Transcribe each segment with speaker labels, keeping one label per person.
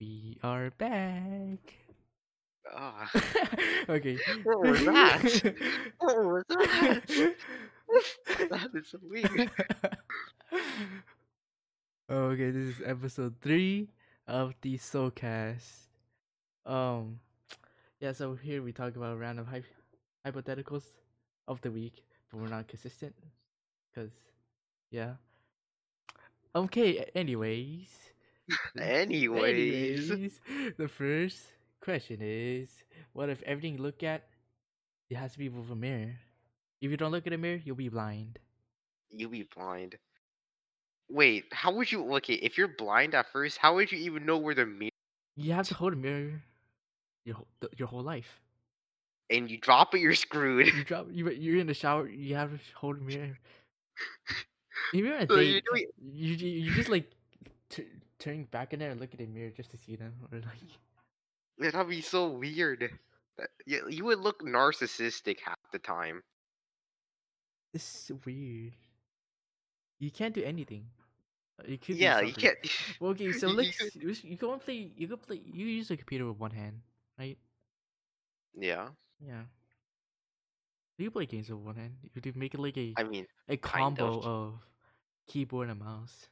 Speaker 1: We are back.
Speaker 2: Ah,
Speaker 1: okay.
Speaker 2: what was that? What
Speaker 1: Oh.
Speaker 2: was that? That is weird.
Speaker 1: okay, this is episode three of the Soulcast. Um, yeah. So here we talk about random hy- hypotheticals of the week, but we're not consistent, cause yeah. Okay. a- Anyways.
Speaker 2: Anyways,
Speaker 1: Anyways, the first question is what if everything you look at it has to be with a mirror? If you don't look at a mirror, you'll be blind.
Speaker 2: you be blind. Wait, how would you okay? If you're blind at first, how would you even know where the mirror?
Speaker 1: You have to hold a mirror your wh- th- your whole life.
Speaker 2: And you drop it, you're screwed.
Speaker 1: You drop you you're in the shower, you have to hold a mirror. If you're in a
Speaker 2: So you
Speaker 1: date,
Speaker 2: do it-
Speaker 1: you, you you just like t- turn back in there and look at the mirror just to see them or like
Speaker 2: That'd be so weird. That- You, you would look narcissistic half the time.
Speaker 1: it's weird. You can't do anything. Uh, You could do
Speaker 2: Yeah, you
Speaker 1: something.
Speaker 2: can't.
Speaker 1: Well, okay, so
Speaker 2: you- you
Speaker 1: let's
Speaker 2: could-
Speaker 1: you s- you go and play you go play you use the computer with one hand, right?
Speaker 2: Yeah,
Speaker 1: Yeah. Do you play games with one hand? You do make it like a
Speaker 2: I mean,
Speaker 1: a
Speaker 2: kind
Speaker 1: combo
Speaker 2: of.
Speaker 1: of. keyboard and mouse.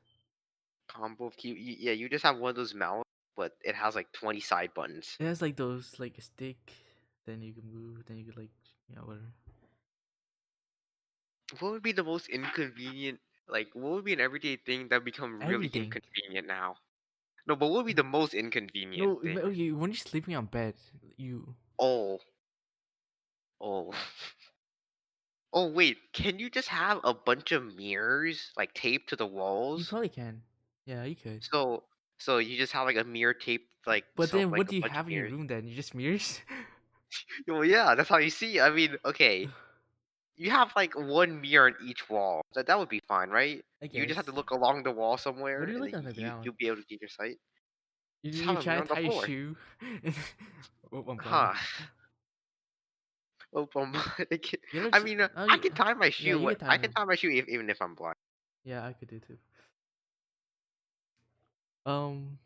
Speaker 2: combo of key. y- Yeah, you just have one of those mouths, but it has like 20 side buttons.
Speaker 1: It has like those like a stick, then you can move, then you can like you know whatever.
Speaker 2: What would be the most inconvenient? Like, what would be an everyday thing that become really
Speaker 1: Everything. Mm.
Speaker 2: inconvenient now? No, but what would be the most inconvenient
Speaker 1: No,
Speaker 2: thing?
Speaker 1: ma- okay, when you're sleeping on bed, you
Speaker 2: Oh, oh, oh! Wait, can you just have a bunch of mirrors like taped to the
Speaker 1: you
Speaker 2: walls?
Speaker 1: probably can. Yeah, you could.
Speaker 2: So, so you just have like a mirror taped like.
Speaker 1: But
Speaker 2: so,
Speaker 1: then,
Speaker 2: like,
Speaker 1: what
Speaker 2: a
Speaker 1: do you
Speaker 2: bunch of
Speaker 1: have in your
Speaker 2: mirrors.
Speaker 1: room then? You just mirrors.
Speaker 2: Well, yeah, that's how you see. I mean, okay, you have like one mirror on each wall. That that would be fine, right?
Speaker 1: I
Speaker 2: You just have to
Speaker 1: guess.
Speaker 2: look along the wall somewhere,
Speaker 1: do you
Speaker 2: and
Speaker 1: look
Speaker 2: then
Speaker 1: on the
Speaker 2: you,
Speaker 1: ground?
Speaker 2: you'll be able to get your sight.
Speaker 1: You,
Speaker 2: Just
Speaker 1: you
Speaker 2: have a
Speaker 1: try
Speaker 2: mirror
Speaker 1: to
Speaker 2: on the
Speaker 1: tie your
Speaker 2: floor.
Speaker 1: shoe. oh, I'm blind.
Speaker 2: Huh. Oh, bum- I can-
Speaker 1: You know,
Speaker 2: I
Speaker 1: j-
Speaker 2: mean, uh,
Speaker 1: oh,
Speaker 2: I
Speaker 1: you-
Speaker 2: can tie my shoe.
Speaker 1: you
Speaker 2: what-
Speaker 1: can tie
Speaker 2: I can
Speaker 1: them.
Speaker 2: tie my shoe if, even if I'm blind.
Speaker 1: Yeah, I could do too. Um,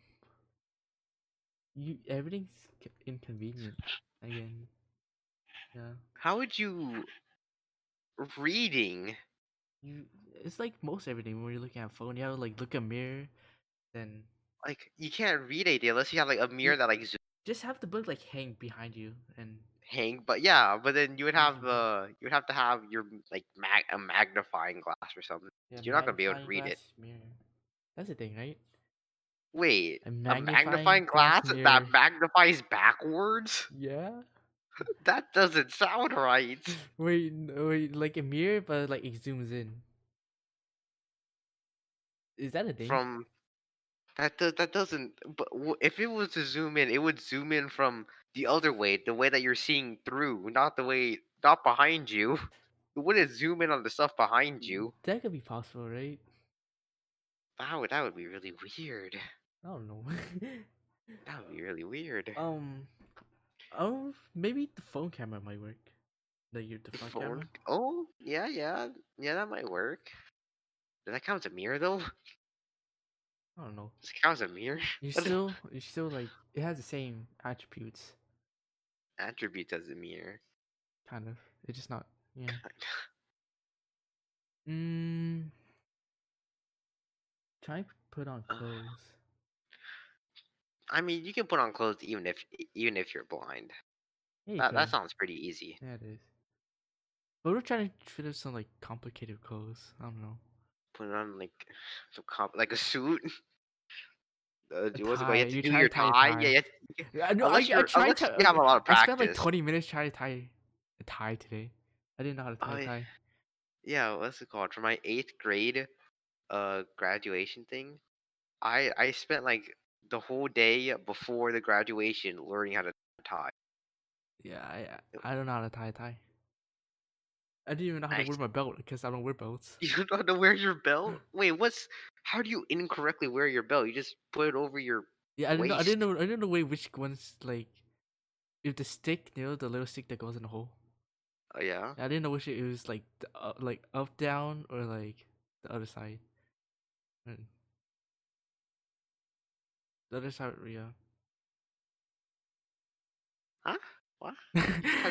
Speaker 1: you everything's c- inconvenient again. Yeah,
Speaker 2: How would you reading?
Speaker 1: you. It's like most everything when you're looking at a phone. You have to like look a mirror, then
Speaker 2: Like you can't read anything unless you have like a mirror that like zo-
Speaker 1: just have the book like hang behind you and
Speaker 2: hang. But yeah, but then you would have
Speaker 1: Yeah.
Speaker 2: uh you would have to have your like mag- a magnifying glass or something.
Speaker 1: yeah,
Speaker 2: You're not gonna be able to
Speaker 1: magnifying
Speaker 2: read it.
Speaker 1: glass, Mirror. That's the thing, right?
Speaker 2: Wait,
Speaker 1: A
Speaker 2: a magnifying glass
Speaker 1: mirror.
Speaker 2: that magnifies backwards?
Speaker 1: Yeah.
Speaker 2: That doesn't sound right.
Speaker 1: Wait, n- wait, like a mirror, but like it zooms in. Is that a thing?
Speaker 2: from that do, that doesn't but w- if it was to zoom in it would zoom in from the other way the way that you're seeing through not the way not behind you it wouldn't zoom in on the stuff behind
Speaker 1: Mm-hmm.
Speaker 2: you
Speaker 1: That could be possible, right?
Speaker 2: that would that would be really weird
Speaker 1: I don't know.
Speaker 2: that would be really weird
Speaker 1: um, oh, maybe the phone camera might work. No, your the
Speaker 2: The
Speaker 1: front
Speaker 2: phone
Speaker 1: camera.
Speaker 2: oh yeah yeah yeah that might work does that count as a mirror though does
Speaker 1: I don't know.
Speaker 2: it count as a mirror
Speaker 1: You
Speaker 2: What the-
Speaker 1: still, you still like it has the same attributes,
Speaker 2: attributes as a mirror
Speaker 1: kind of. It's just not. Yeah. Mm. Try p- put on
Speaker 2: Uh,
Speaker 1: clothes.
Speaker 2: i mean you can put on clothes even if even if you're blind
Speaker 1: Yeah, you
Speaker 2: that, that
Speaker 1: can.
Speaker 2: sounds pretty easy
Speaker 1: Yeah, it is. But we're trying to fit in some like complicated clothes. I don't know.
Speaker 2: put on like some comp- like a suit. Uh,
Speaker 1: A
Speaker 2: what's it called?
Speaker 1: tie,
Speaker 2: You have to
Speaker 1: you
Speaker 2: do
Speaker 1: try
Speaker 2: your
Speaker 1: to tie a
Speaker 2: tie.
Speaker 1: tie.
Speaker 2: Yeah, you have to-
Speaker 1: I, no, I,
Speaker 2: unless,
Speaker 1: I
Speaker 2: you're,
Speaker 1: tried
Speaker 2: unless
Speaker 1: to.
Speaker 2: you have a lot of
Speaker 1: I
Speaker 2: practice.
Speaker 1: spent like 20 minutes trying to tie a tie today. I didn't know how to tie
Speaker 2: I-
Speaker 1: a tie.
Speaker 2: Yeah, what's it called? For my eighth grade uh graduation thing, I I spent like the whole day before the graduation learning how to tie.
Speaker 1: Yeah, I I I don't know how to tie a tie. I didn't even know how to
Speaker 2: I-
Speaker 1: wear my belt because I don't wear belts.
Speaker 2: You don't know how to wear your belt? Wait, what's how do you incorrectly wear your belt? You just put it over your
Speaker 1: Yeah, I didn't know. I
Speaker 2: waist.
Speaker 1: didn't know. I didn't know wait, which ones like if the stick, you know, the little stick that goes in the hole.
Speaker 2: Oh yeah.
Speaker 1: I didn't know which it was like the, uh, like up down or like the other side. Mm. The other side, yeah.
Speaker 2: Huh? What? How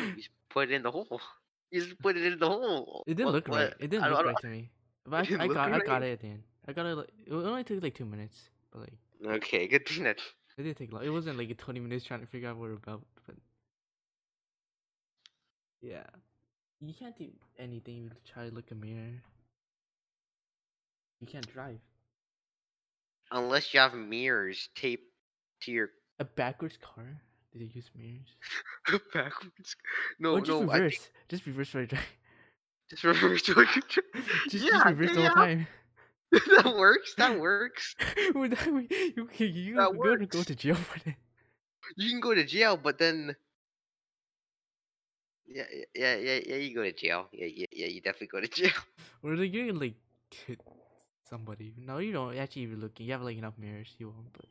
Speaker 2: you just put it in the hole? You just put it in the hole.
Speaker 1: It didn't
Speaker 2: What-
Speaker 1: look right.
Speaker 2: what-
Speaker 1: It didn't
Speaker 2: I
Speaker 1: look
Speaker 2: don't-
Speaker 1: right to me. But
Speaker 2: didn't
Speaker 1: I, I
Speaker 2: look
Speaker 1: got I
Speaker 2: right?
Speaker 1: got it at the end. I got it. Like, it only took like two minutes, but like
Speaker 2: Okay, good thing that.
Speaker 1: it didn't take long. It wasn't like twenty minutes trying to figure out what we're about. But yeah, you can't do anything. You try to look a mirror. You can't drive.
Speaker 2: Unless you have mirrors taped to your
Speaker 1: A backwards car? Do they use mirrors?
Speaker 2: backwards. No,
Speaker 1: or just
Speaker 2: no, I
Speaker 1: reverse.
Speaker 2: think
Speaker 1: Just reverse for a drive.
Speaker 2: just reverse. so I can try-
Speaker 1: Just,
Speaker 2: yeah,
Speaker 1: just reverse the
Speaker 2: yeah.
Speaker 1: whole time.
Speaker 2: that works. That works.
Speaker 1: Would that be- you can- you
Speaker 2: That
Speaker 1: you're gonna go
Speaker 2: works.
Speaker 1: to jail for that.
Speaker 2: You can go to jail, but then. Yeah, yeah, yeah, yeah, yeah. You go to jail. Yeah, yeah, yeah. You definitely go to jail.
Speaker 1: Or like you're gonna like hit somebody. No, you don't actually even looking. You have like enough mirrors, you won't. But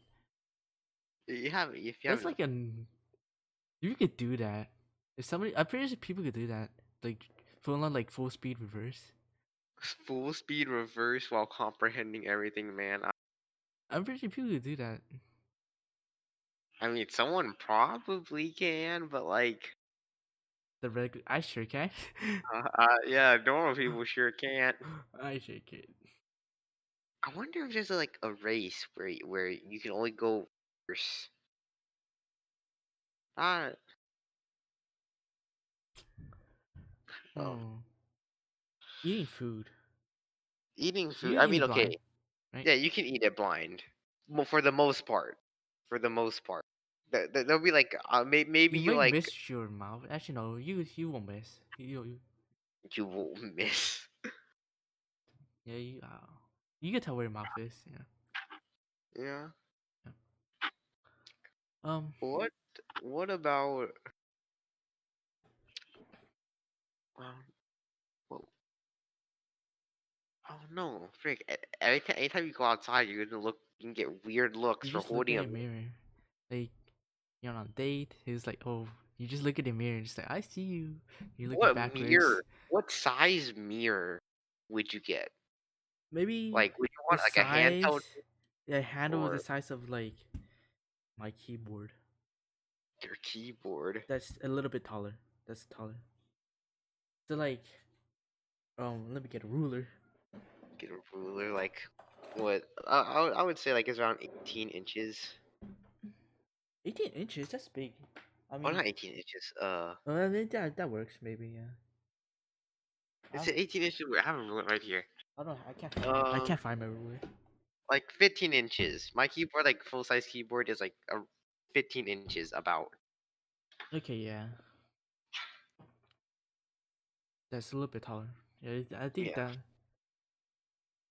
Speaker 2: You have if you have.
Speaker 1: that's like an you could do that. If somebody, I'm pretty sure people could do that. Like full on like full speed reverse.
Speaker 2: full speed reverse while comprehending everything, man. I,
Speaker 1: I'm pretty sure people could do that.
Speaker 2: I mean, someone probably can, but like,
Speaker 1: The reg- I sure can.
Speaker 2: uh, uh, yeah, normal people sure can't.
Speaker 1: I sure can.
Speaker 2: I wonder if there's like a race where y- where you can only go reverse. Ah,
Speaker 1: Oh. Eating food.
Speaker 2: eating
Speaker 1: You're
Speaker 2: food. I mean,
Speaker 1: eating
Speaker 2: okay,
Speaker 1: blind, right?
Speaker 2: yeah, you can eat it blind, well, for the most part. For the most part, Th- th- there'll be like uh, may- maybe you,
Speaker 1: might
Speaker 2: like
Speaker 1: miss your mouth. Actually, no, you you won't miss. You, you
Speaker 2: you will miss.
Speaker 1: yeah you uh, you can tell where your mouth is. Yeah.
Speaker 2: Yeah.
Speaker 1: Um.
Speaker 2: What what about um what Oh no, frick. e- Every time, anytime you go outside you're gonna look you can get weird looks
Speaker 1: you
Speaker 2: for
Speaker 1: just look
Speaker 2: holding
Speaker 1: in
Speaker 2: a
Speaker 1: the mirror. Like you're on a date. It's like, oh, you just look at the mirror and just like, I see you. You look
Speaker 2: What
Speaker 1: backwards.
Speaker 2: mirror? What size mirror would you get?
Speaker 1: Maybe
Speaker 2: Like would you
Speaker 1: the
Speaker 2: want like a handheld
Speaker 1: size- The handle was
Speaker 2: or-
Speaker 1: the size of like my keyboard.
Speaker 2: your keyboard?
Speaker 1: That's a little bit taller. That's taller. So like, um, let me get a ruler.
Speaker 2: Get a ruler like what I, I would- I would say like it's around 18 inches.
Speaker 1: 18 inches. That's big. I mean,
Speaker 2: Well, not 18 inches. Uh,
Speaker 1: well, then that that works maybe. Yeah.
Speaker 2: is
Speaker 1: Um,
Speaker 2: it 18 inches? I have a ruler right here.
Speaker 1: I don't. I can't. Find, I
Speaker 2: Um,
Speaker 1: can't find my ruler.
Speaker 2: like 15 inches. My keyboard, like full size keyboard, is like a 15 inches about.
Speaker 1: Okay, yeah. That's a little bit taller. Yeah, it- I think
Speaker 2: Yeah.
Speaker 1: that.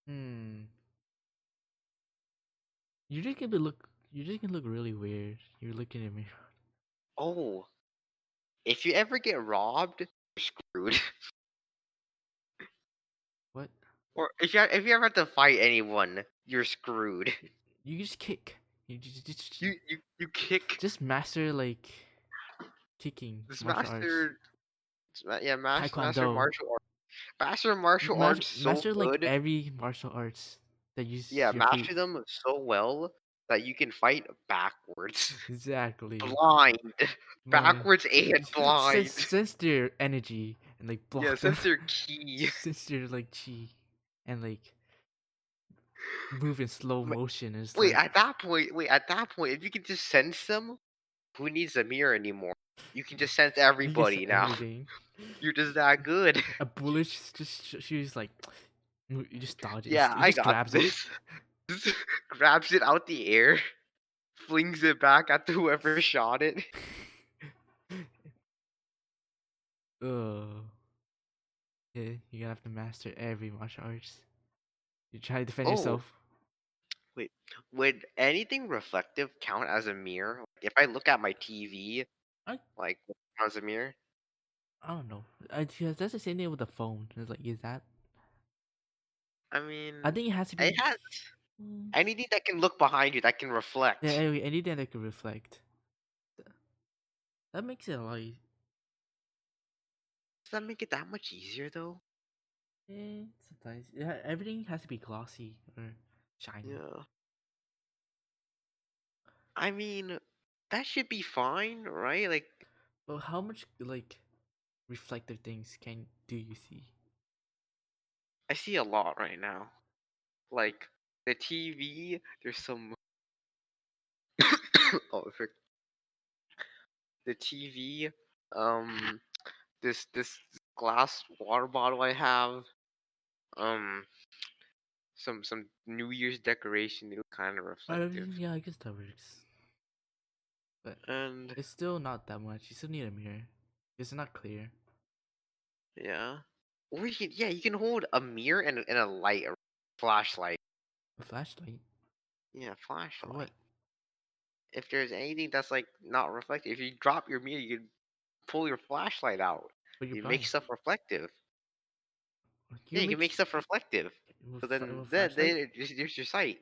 Speaker 1: Hmm. You just gonna look. You just gonna look really weird. You're looking at me.
Speaker 2: Oh, if you ever get robbed, you're screwed.
Speaker 1: What?
Speaker 2: or if you if you ever have to fight anyone, you're screwed.
Speaker 1: You just kick. You just just,
Speaker 2: You you you kick
Speaker 1: just master like kicking.
Speaker 2: this
Speaker 1: martial arts.
Speaker 2: master. this ma- Yeah, mas- master
Speaker 1: Taekwondo.
Speaker 2: martial arts. Master martial
Speaker 1: Mas-
Speaker 2: arts so
Speaker 1: master like
Speaker 2: good.
Speaker 1: every martial arts that you.
Speaker 2: yeah,
Speaker 1: your
Speaker 2: master
Speaker 1: feet.
Speaker 2: them so well that you can fight backwards,
Speaker 1: Exactly.
Speaker 2: blind,
Speaker 1: No, yeah.
Speaker 2: backwards and
Speaker 1: Sen-
Speaker 2: blind.
Speaker 1: Sense, sense their energy and like block
Speaker 2: Yeah,
Speaker 1: them.
Speaker 2: since they're key.
Speaker 1: Since they're like chi and like move in slow
Speaker 2: Wait-
Speaker 1: motion is
Speaker 2: Wait,
Speaker 1: like,
Speaker 2: at that point, wait, at that point, if you can just sense them, who needs a mirror anymore? You can just sense
Speaker 1: you can
Speaker 2: everybody
Speaker 1: see
Speaker 2: now.
Speaker 1: everything.
Speaker 2: You're just that good.
Speaker 1: A bullet sh- just sh- she's like you you just dodge it.
Speaker 2: yeah,
Speaker 1: just, it
Speaker 2: I
Speaker 1: just
Speaker 2: got
Speaker 1: grabs
Speaker 2: this. Just grabs it out the air, flings it back at whoever shot it.
Speaker 1: it. Ugh. Yeah, you gotta have to master every martial arts. You try to defend
Speaker 2: Oh.
Speaker 1: yourself.
Speaker 2: Would anything reflective count as a mirror? Like, If I look at my TV,
Speaker 1: I-
Speaker 2: like as a mirror,
Speaker 1: I don't know. I, yeah, that's the same thing with the phone. It's like is that?
Speaker 2: I mean,
Speaker 1: I think it has to be.
Speaker 2: it has
Speaker 1: Mm.
Speaker 2: anything that can look behind you that can reflect.
Speaker 1: Yeah, anyway, anything that could reflect. Th- That makes it a lot. e, eas-
Speaker 2: Does that make it that much easier though?
Speaker 1: Eh, sometimes it ha- everything has to be glossy or shiny.
Speaker 2: Yeah. I mean, that should be fine, right? Like,
Speaker 1: But how much like reflective things can do you see?
Speaker 2: I see a lot right now. Like the TV, there's some. oh, frick. The TV, um, this this glass water bottle I have, um, some some New Year's decoration. It was kind of
Speaker 1: I
Speaker 2: reflective,
Speaker 1: mean, yeah, I guess that works. But
Speaker 2: and
Speaker 1: it's still not that much. You still need a mirror. It's not clear.
Speaker 2: yeah, or you can, yeah, you can hold a mirror and a- and a light, a flashlight.
Speaker 1: A flashlight.
Speaker 2: Yeah,
Speaker 1: For
Speaker 2: flashlight.
Speaker 1: what?
Speaker 2: if there's anything that's like not reflective, if you drop your mirror, you can pull your flashlight out.
Speaker 1: But
Speaker 2: You
Speaker 1: your
Speaker 2: make stuff reflective. yeah, you can make stuff reflective. So then,
Speaker 1: that
Speaker 2: then, then there's, there's your sight.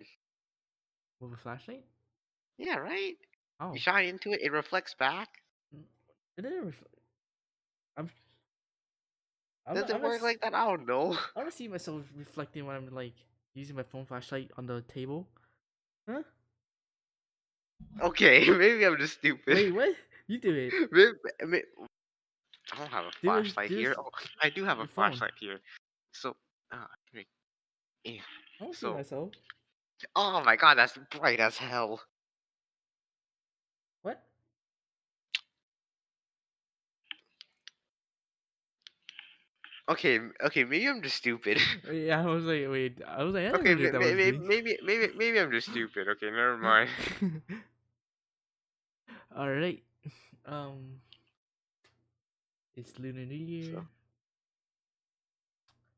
Speaker 1: with a flashlight.
Speaker 2: Yeah, right.
Speaker 1: Oh,
Speaker 2: You shine into it, it reflects back.
Speaker 1: it didn't reflect. I'm. I'm
Speaker 2: Does
Speaker 1: not-
Speaker 2: it
Speaker 1: I'm not
Speaker 2: work
Speaker 1: s-
Speaker 2: like that? I don't know.
Speaker 1: I don't see myself reflecting when I'm like using my phone flashlight on the table. Huh?
Speaker 2: Okay, maybe I'm just stupid.
Speaker 1: Wait, what? You do it.
Speaker 2: Maybe, I mean- I don't have a
Speaker 1: Do it-
Speaker 2: flashlight
Speaker 1: do it
Speaker 2: here.
Speaker 1: f-
Speaker 2: Oh, I do have
Speaker 1: your
Speaker 2: a
Speaker 1: phone.
Speaker 2: flashlight here. So, uh, wait.
Speaker 1: I don't see
Speaker 2: So-
Speaker 1: myself.
Speaker 2: oh my god, that's bright as hell.
Speaker 1: What?
Speaker 2: Okay, m- okay, maybe I'm just stupid.
Speaker 1: Yeah, I was like, wait, I was like, I
Speaker 2: Okay,
Speaker 1: don't know
Speaker 2: may- may- may-
Speaker 1: that was me.
Speaker 2: maybe, maybe, maybe I'm just stupid. Okay, never mind.
Speaker 1: All right. Um, it's Lunar New Year.
Speaker 2: So-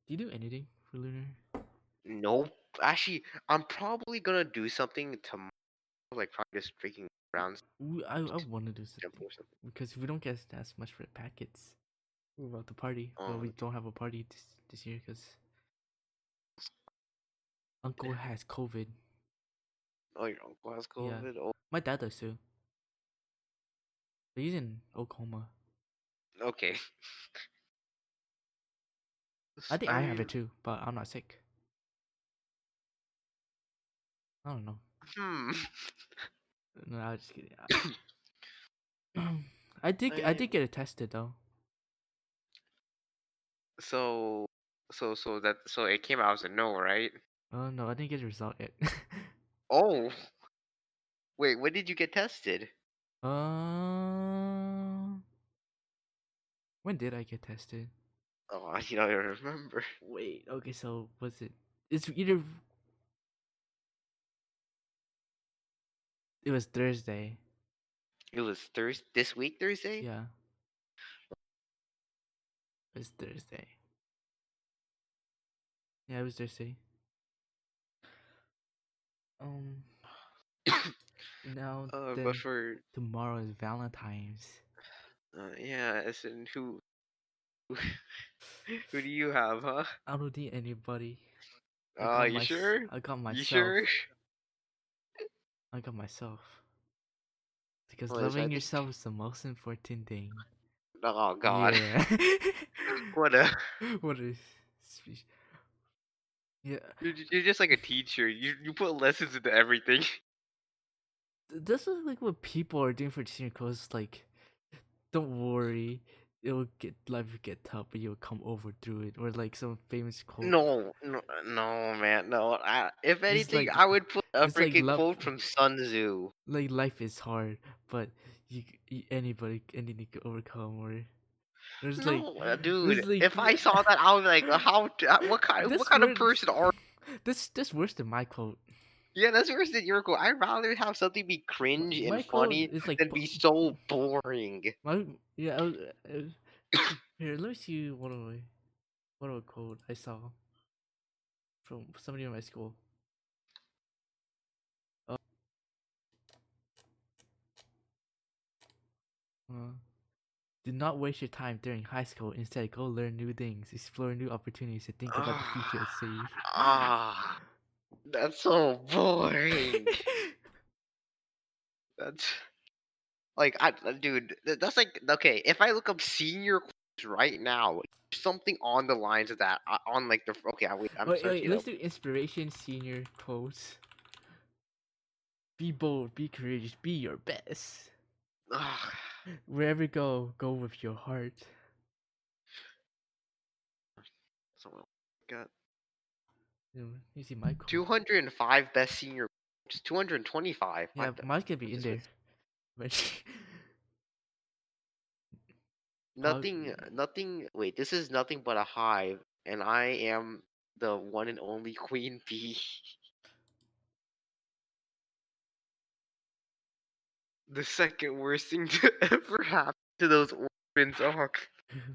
Speaker 1: Do you do anything for Lunar?
Speaker 2: Nope. Actually, I'm probably gonna do something tomorrow. Like probably just freaking around
Speaker 1: We, I I want to do something
Speaker 2: temple or something.
Speaker 1: because we don't get as much for packets. We're about to party, but we
Speaker 2: Um,
Speaker 1: don't have a party this this year because Uncle has COVID.
Speaker 2: Oh, your uncle has COVID.
Speaker 1: My dad does too. But he's in Oklahoma.
Speaker 2: Oh, okay.
Speaker 1: I think I have it
Speaker 2: mean,
Speaker 1: too, but I'm not sick. I don't know.
Speaker 2: Hmm.
Speaker 1: No, I'm just kidding. I, I did. I
Speaker 2: I-
Speaker 1: did get it tested though.
Speaker 2: So, so, so that so it came out as a no, right?
Speaker 1: Oh no, I didn't get the result yet.
Speaker 2: Oh. Wait, when did you get tested?
Speaker 1: uh, when did I get tested?
Speaker 2: Oh, I don't remember.
Speaker 1: Wait. Okay. So was it? It's either. It was Thursday.
Speaker 2: It was Thursday this week, Thursday.
Speaker 1: Yeah. It was Thursday. Yeah, it was Thursday. Um. now
Speaker 2: Uh,
Speaker 1: then
Speaker 2: but for
Speaker 1: tomorrow is Valentine's.
Speaker 2: Uh, yeah, as in who, who who do you have, huh?
Speaker 1: I don't need anybody. I
Speaker 2: Uh,
Speaker 1: got
Speaker 2: you
Speaker 1: mys-
Speaker 2: sure?
Speaker 1: I got myself.
Speaker 2: You sure?
Speaker 1: I got myself. Because
Speaker 2: Well, is
Speaker 1: loving
Speaker 2: that-
Speaker 1: yourself is the most important thing.
Speaker 2: Oh God,
Speaker 1: Yeah.
Speaker 2: what a
Speaker 1: what is speech? Yeah,
Speaker 2: you're, j- you're just like a teacher. You you put lessons into everything.
Speaker 1: th- this is like what people are doing for senior codes. Like, don't worry, it'll get life will get tough, but you'll come over through it. Or like some famous quote.
Speaker 2: No, no, no, man, no. I, if anything,
Speaker 1: like-
Speaker 2: I would put a
Speaker 1: it's like
Speaker 2: freaking
Speaker 1: love-
Speaker 2: quote from Sun Tzu.
Speaker 1: like life is hard, but you, c- you anybody anything can overcome. Or there's like
Speaker 2: no, uh, dude.
Speaker 1: like-
Speaker 2: if I saw that, I would be like, "Uh, how? d- uh, What kind?
Speaker 1: This
Speaker 2: What kind of
Speaker 1: word-
Speaker 2: person are?
Speaker 1: This this worse than my quote.
Speaker 2: Yeah, that's worse than your quote. I'd rather have something be cringe
Speaker 1: my
Speaker 2: and
Speaker 1: quote
Speaker 2: funny
Speaker 1: is like
Speaker 2: than
Speaker 1: bu-
Speaker 2: be so boring.
Speaker 1: my yeah. I was, I was- here, let me see you one of my one of a quote I saw from somebody in my school. Uh, uh, do not waste your time during high school. Instead, go learn new things, explore new opportunities, and think about the future at sea.
Speaker 2: Ah, that's so boring. that's like, I, uh, dude, th- that's like okay. If I look up senior quotes right now, something on the lines of that, uh, on like the f- okay, I wait, I'm
Speaker 1: wait,
Speaker 2: searching.
Speaker 1: wait,
Speaker 2: it
Speaker 1: let's
Speaker 2: up.
Speaker 1: do inspiration senior quotes. Be bold, be courageous, be your best.
Speaker 2: Ugh,
Speaker 1: Wherever you go, go with your heart.
Speaker 2: So, got
Speaker 1: You you see Michael.
Speaker 2: 205 best senior. It's 225.
Speaker 1: Yeah,
Speaker 2: What the-
Speaker 1: Mike could be in
Speaker 2: is
Speaker 1: there.
Speaker 2: with-
Speaker 1: But Oh,
Speaker 2: Nothing, nothing. Wait, this is nothing but a hive, and I am the one and only queen bee. The second worst thing to ever happen to those orphans. Oh, c-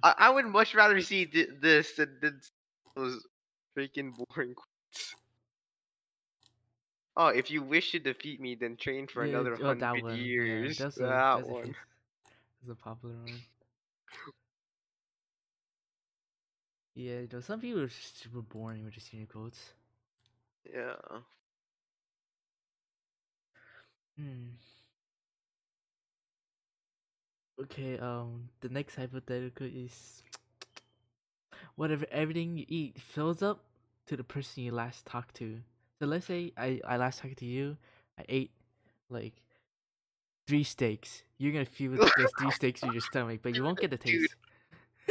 Speaker 2: I, I would much rather see thi- this than, than s- those freaking boring queens. Oh, if you wish to defeat me, then train for
Speaker 1: Yeah,
Speaker 2: another
Speaker 1: oh, that
Speaker 2: hundred
Speaker 1: one, yeah,
Speaker 2: years.
Speaker 1: that's a-
Speaker 2: that
Speaker 1: that's a
Speaker 2: one.
Speaker 1: hit. That's a popular one. Yeah, you know, some people are just super boring with the senior quotes.
Speaker 2: Yeah.
Speaker 1: Hmm. Okay, um, the next hypothetical is whatever everything you eat fills up to the person you last talked to. So let's say I, I last talked to you, I ate like three steaks. You're gonna feel those three steaks in your stomach, but you won't get the
Speaker 2: Dude,
Speaker 1: taste.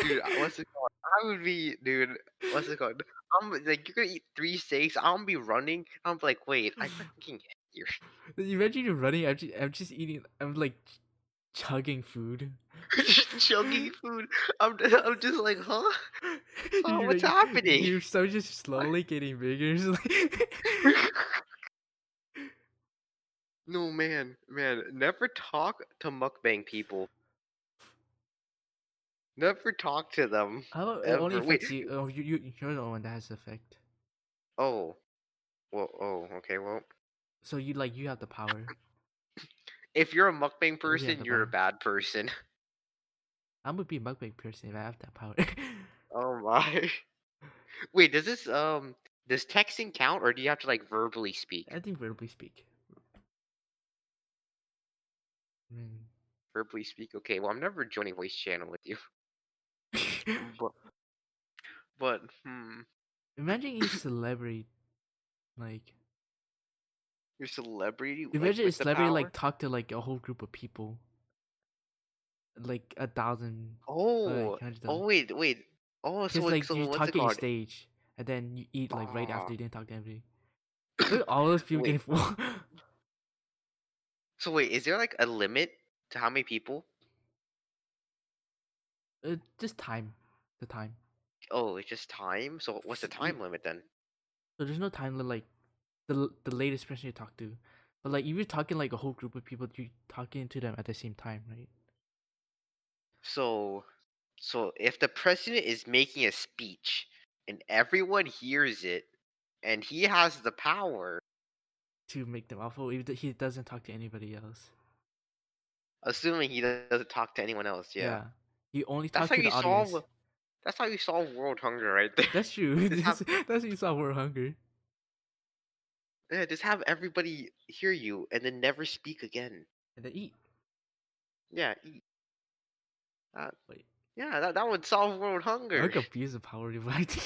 Speaker 2: Dude, I- what's it called? I would be, dude. What's it called? I'm like, you're gonna eat three steaks. I'm be running. I'm like, wait, I fucking hate you.
Speaker 1: You Imagine you're running. I'm just, I'm just eating. I'm like chugging food.
Speaker 2: chunky food. I'm, I'm just like, huh?
Speaker 1: You're
Speaker 2: Oh, what's
Speaker 1: like-
Speaker 2: happening?
Speaker 1: Your stomach's just slowly getting bigger. It's like-
Speaker 2: no, man, man. Never talk to mukbang people. Never talk to them.
Speaker 1: How about it only
Speaker 2: Ever. Wait.
Speaker 1: affects you? Oh, you, you you're the one that has the effect.
Speaker 2: Oh, well, oh, okay, well.
Speaker 1: So you like you have the power.
Speaker 2: If you're a mukbang person,
Speaker 1: the
Speaker 2: you're a
Speaker 1: bomb.
Speaker 2: bad person.
Speaker 1: I would be a mukbang person if I have that power.
Speaker 2: Oh my. Wait, does this um does texting count or do you have to like verbally speak?
Speaker 1: I think verbally speak. Mm.
Speaker 2: Verbally speak. Okay, well I'm never joining voice channel with you. But but hmm,
Speaker 1: Imagine you celebrity, like
Speaker 2: your celebrity. like,
Speaker 1: imagine a
Speaker 2: with the
Speaker 1: celebrity like
Speaker 2: power?
Speaker 1: talk to like a whole group of people, like a thousand.
Speaker 2: Oh,
Speaker 1: like, hundred
Speaker 2: oh
Speaker 1: thousand.
Speaker 2: wait, wait. Oh, so
Speaker 1: Just
Speaker 2: like
Speaker 1: like
Speaker 2: so
Speaker 1: you
Speaker 2: what's
Speaker 1: talk
Speaker 2: it
Speaker 1: to your
Speaker 2: called?
Speaker 1: stage, and then you eat like right
Speaker 2: Ah.
Speaker 1: after you didn't talk to anybody. Look at all those people
Speaker 2: Wait.
Speaker 1: getting full.
Speaker 2: So wait, is there like a limit to how many people?
Speaker 1: uh, just time, the time.
Speaker 2: Oh, it's just time. So what's the
Speaker 1: S-
Speaker 2: time
Speaker 1: you-
Speaker 2: limit then?
Speaker 1: So there's no time li- like the l- the latest person you talk to, but like if you're talking like a whole group of people, you're talking to them at the same time, right?
Speaker 2: So, so if the president is making a speech and everyone hears it, and he has the power,
Speaker 1: To make them awful, if th- he doesn't talk to anybody else.
Speaker 2: assuming he do- doesn't talk to anyone else, yeah.
Speaker 1: He only
Speaker 2: That's
Speaker 1: talks
Speaker 2: how
Speaker 1: to the
Speaker 2: you
Speaker 1: audience.
Speaker 2: solve. That's how you solve world hunger, right there.
Speaker 1: That's true.
Speaker 2: This
Speaker 1: that's
Speaker 2: hap-
Speaker 1: that's you saw we're hungry.
Speaker 2: yeah, just have everybody hear you and then never speak again.
Speaker 1: And then eat.
Speaker 2: Yeah. eat. Uh,
Speaker 1: Wait.
Speaker 2: yeah, that, that would solve world
Speaker 1: I
Speaker 2: hunger.
Speaker 1: could abuse the power device.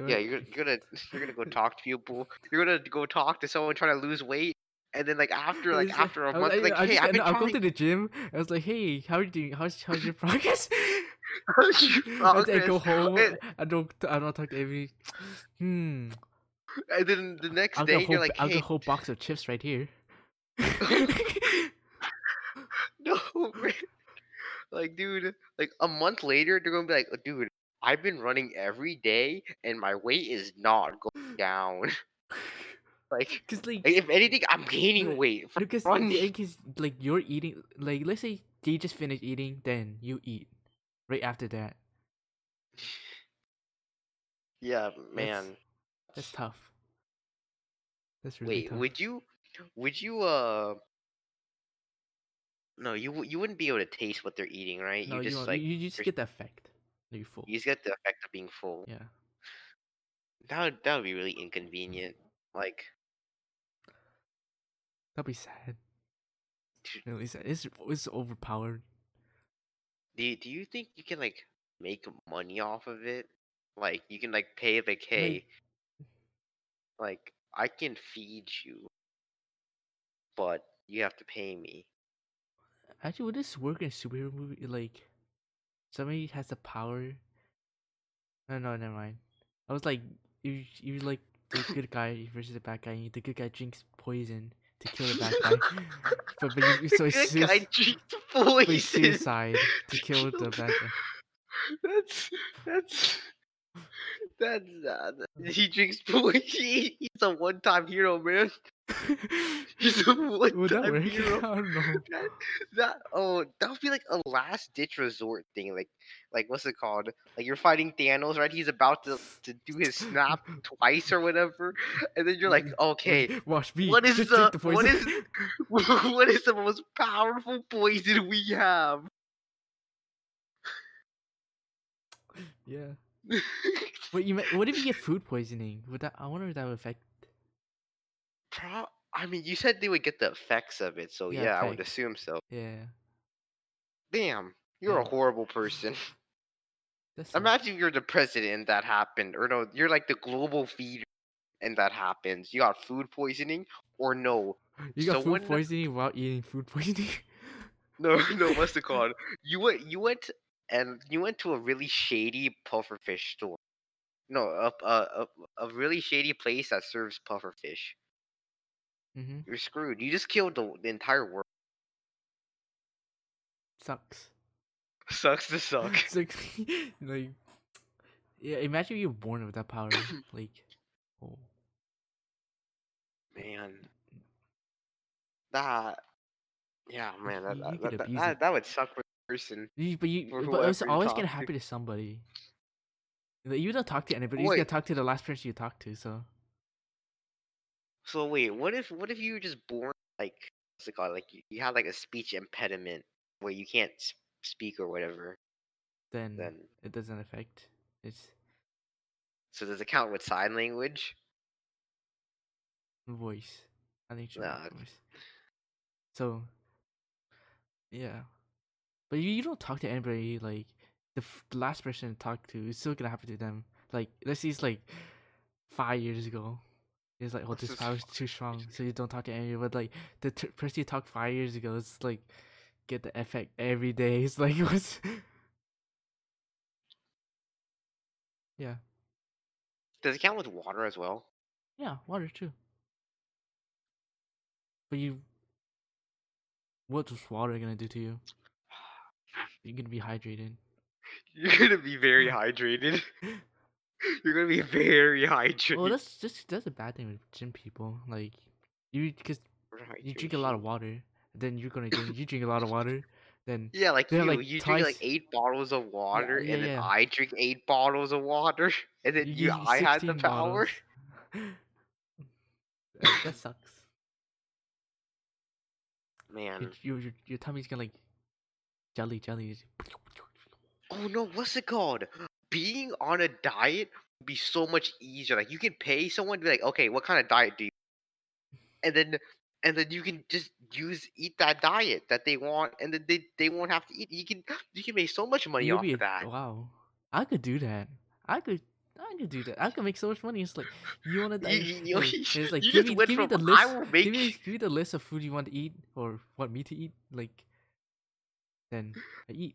Speaker 2: Yeah, you're, you're gonna you're gonna go talk to people. You're gonna go talk to someone trying to lose weight, and then like after like
Speaker 1: It's uh,
Speaker 2: after
Speaker 1: I
Speaker 2: a
Speaker 1: was-
Speaker 2: month,
Speaker 1: I,
Speaker 2: like
Speaker 1: I
Speaker 2: hey,
Speaker 1: just,
Speaker 2: I've been
Speaker 1: I'll go
Speaker 2: trying.
Speaker 1: to the gym. I was like, "Hey, how are you doing? How's how's your progress?"
Speaker 2: I
Speaker 1: and then I go home.
Speaker 2: And,
Speaker 1: I don't. I don't talk to every. Hmm.
Speaker 2: and then the next
Speaker 1: I'll
Speaker 2: day
Speaker 1: get a whole.
Speaker 2: you're like,
Speaker 1: I'll get a
Speaker 2: hey,
Speaker 1: whole box of chips right here.
Speaker 2: no, man. like dude, like a month later they're gonna be like, "Oh, dude, I've been running every day and my weight is not going down. like
Speaker 1: Cause like,
Speaker 2: if anything, I'm gaining
Speaker 1: Look-
Speaker 2: weight. From
Speaker 1: because
Speaker 2: running.
Speaker 1: because like you're eating. Like, let's say you just finish eating, then you eat right after that.
Speaker 2: yeah, man.
Speaker 1: That's tough. That's really
Speaker 2: Wait,
Speaker 1: tough.
Speaker 2: would you? Would you? Uh. No, you wou- you wouldn't be able to taste what they're eating, right?
Speaker 1: no,
Speaker 2: you
Speaker 1: you,
Speaker 2: just
Speaker 1: won't-
Speaker 2: like
Speaker 1: you, you just
Speaker 2: there's-
Speaker 1: get the effect. You're full.
Speaker 2: you just get the effect of being full.
Speaker 1: yeah. Mm-hmm.
Speaker 2: That would, that would be really inconvenient. Like,
Speaker 1: That'd be sad.
Speaker 2: Dude.
Speaker 1: Really sad. It's it's overpowered.
Speaker 2: do you, do you think you can like make money off of it? Like, you can like pay like, hey, like I can feed you, but you have to pay me.
Speaker 1: Actually, would this work in a superhero movie? Like, somebody has the power. No, no, never mind. I was like, you, you like the good guy versus the bad guy. And the good guy drinks poison to kill the bad guy, but, but you, so
Speaker 2: The
Speaker 1: he
Speaker 2: good
Speaker 1: sui-
Speaker 2: guy drinks
Speaker 1: but he
Speaker 2: poison.
Speaker 1: suicide to kill the bad guy.
Speaker 2: That's that's that's uh, he drinks poison. He, he's a one-time hero, man. He's a one-time
Speaker 1: Would that work?
Speaker 2: hero.
Speaker 1: I don't know.
Speaker 2: That, that oh that would be like a last ditch resort thing like like what's it called like you're fighting Thanos right he's about to to do his snap twice or whatever and then you're like okay
Speaker 1: Watch me.
Speaker 2: what is
Speaker 1: just
Speaker 2: the-
Speaker 1: drink the
Speaker 2: what
Speaker 1: poison.
Speaker 2: is- what is the most powerful poison we have
Speaker 1: yeah. Wait, you, ma- what if you get food poisoning? Would that? I wonder if that would affect.
Speaker 2: Pro- I mean, you said they would get the effects of it, so
Speaker 1: Yeah,
Speaker 2: yeah, I would
Speaker 1: effects.
Speaker 2: assume so.
Speaker 1: Yeah.
Speaker 2: Damn, you're a
Speaker 1: Yeah.
Speaker 2: horrible person.
Speaker 1: That's it.
Speaker 2: Imagine you're the president and that happened, or no, you're like the global feeder and that happens. You got food poisoning, or no,
Speaker 1: You got
Speaker 2: someone-
Speaker 1: food poisoning while eating food poisoning.
Speaker 2: no, no, what's it called? You went, you went, and you went to a really shady pufferfish store. No, a a a, a really shady place that serves pufferfish.
Speaker 1: mm-hmm.
Speaker 2: You're screwed. You just killed the, the entire world.
Speaker 1: Sucks.
Speaker 2: Sucks to suck.
Speaker 1: Sucks. like, yeah. Imagine you're born with that power. like, oh,
Speaker 2: Man. That. Yeah, man. That,
Speaker 1: you- you
Speaker 2: that,
Speaker 1: could
Speaker 2: that, that,
Speaker 1: abuse
Speaker 2: that,
Speaker 1: it.
Speaker 2: would suck for the person.
Speaker 1: You- but
Speaker 2: Or
Speaker 1: you, but it's
Speaker 2: whoever you
Speaker 1: always
Speaker 2: talk
Speaker 1: gonna
Speaker 2: to.
Speaker 1: happen to somebody. Like, you don't talk to anybody. You just
Speaker 2: Wait.
Speaker 1: gotta talk to the last person you talk to. So
Speaker 2: So wait, what if what if you were just born like what's it called? Like you, you had like a speech impediment where you can't s- speak or whatever.
Speaker 1: then,
Speaker 2: Then
Speaker 1: it doesn't affect. It's
Speaker 2: so does it count with sign language?
Speaker 1: voice. I think it's
Speaker 2: Nah.
Speaker 1: voice. So, yeah, but you, you don't talk to anybody. Like the, f- the last person to talk to is still gonna happen to them. Like let's say it's like five years ago. It's like, oh, this
Speaker 2: This is
Speaker 1: power is
Speaker 2: five
Speaker 1: too strong, so you don't talk to anybody. But like the t- person you talked five years ago, it's like get the effect every day. It's like what's yeah,
Speaker 2: Does it count with water as well?
Speaker 1: yeah, water too. But you, what is water gonna do to you? You're gonna be hydrated.
Speaker 2: You're gonna be very hydrated. You're gonna be very hydrated.
Speaker 1: Well, that's just that's a bad thing with gym people. Like you, because you drink a lot of water, then you're gonna drink. You drink a lot of water, then
Speaker 2: Yeah, like
Speaker 1: They
Speaker 2: you,
Speaker 1: have, like,
Speaker 2: you drink like
Speaker 1: twice-
Speaker 2: eight bottles of water,
Speaker 1: yeah,
Speaker 2: and then
Speaker 1: yeah.
Speaker 2: I drink eight bottles of water, and then you,
Speaker 1: get
Speaker 2: I had the
Speaker 1: 16
Speaker 2: power.
Speaker 1: bottles. that, that sucks. Your,
Speaker 2: Man,
Speaker 1: your your your tummy's gonna like jelly jelly.
Speaker 2: oh no, what's it called? Being on a diet would be so much easier. Like you can pay someone to be like, okay, what kind of diet do you? And then, and then you can just use eat that diet that they want, and then they, they won't have to eat. You can you can make so much money
Speaker 1: You'll
Speaker 2: off
Speaker 1: be
Speaker 2: of that.
Speaker 1: Wow, I could do that. I could. I could do that. I could make so much money. It's like you want to die.
Speaker 2: You, you, you,
Speaker 1: it's like
Speaker 2: you
Speaker 1: give
Speaker 2: just
Speaker 1: me,
Speaker 2: went
Speaker 1: give
Speaker 2: from
Speaker 1: me the list.
Speaker 2: I will make
Speaker 1: give, me, give me the list of food you want to eat or want me to eat. Like, then I eat.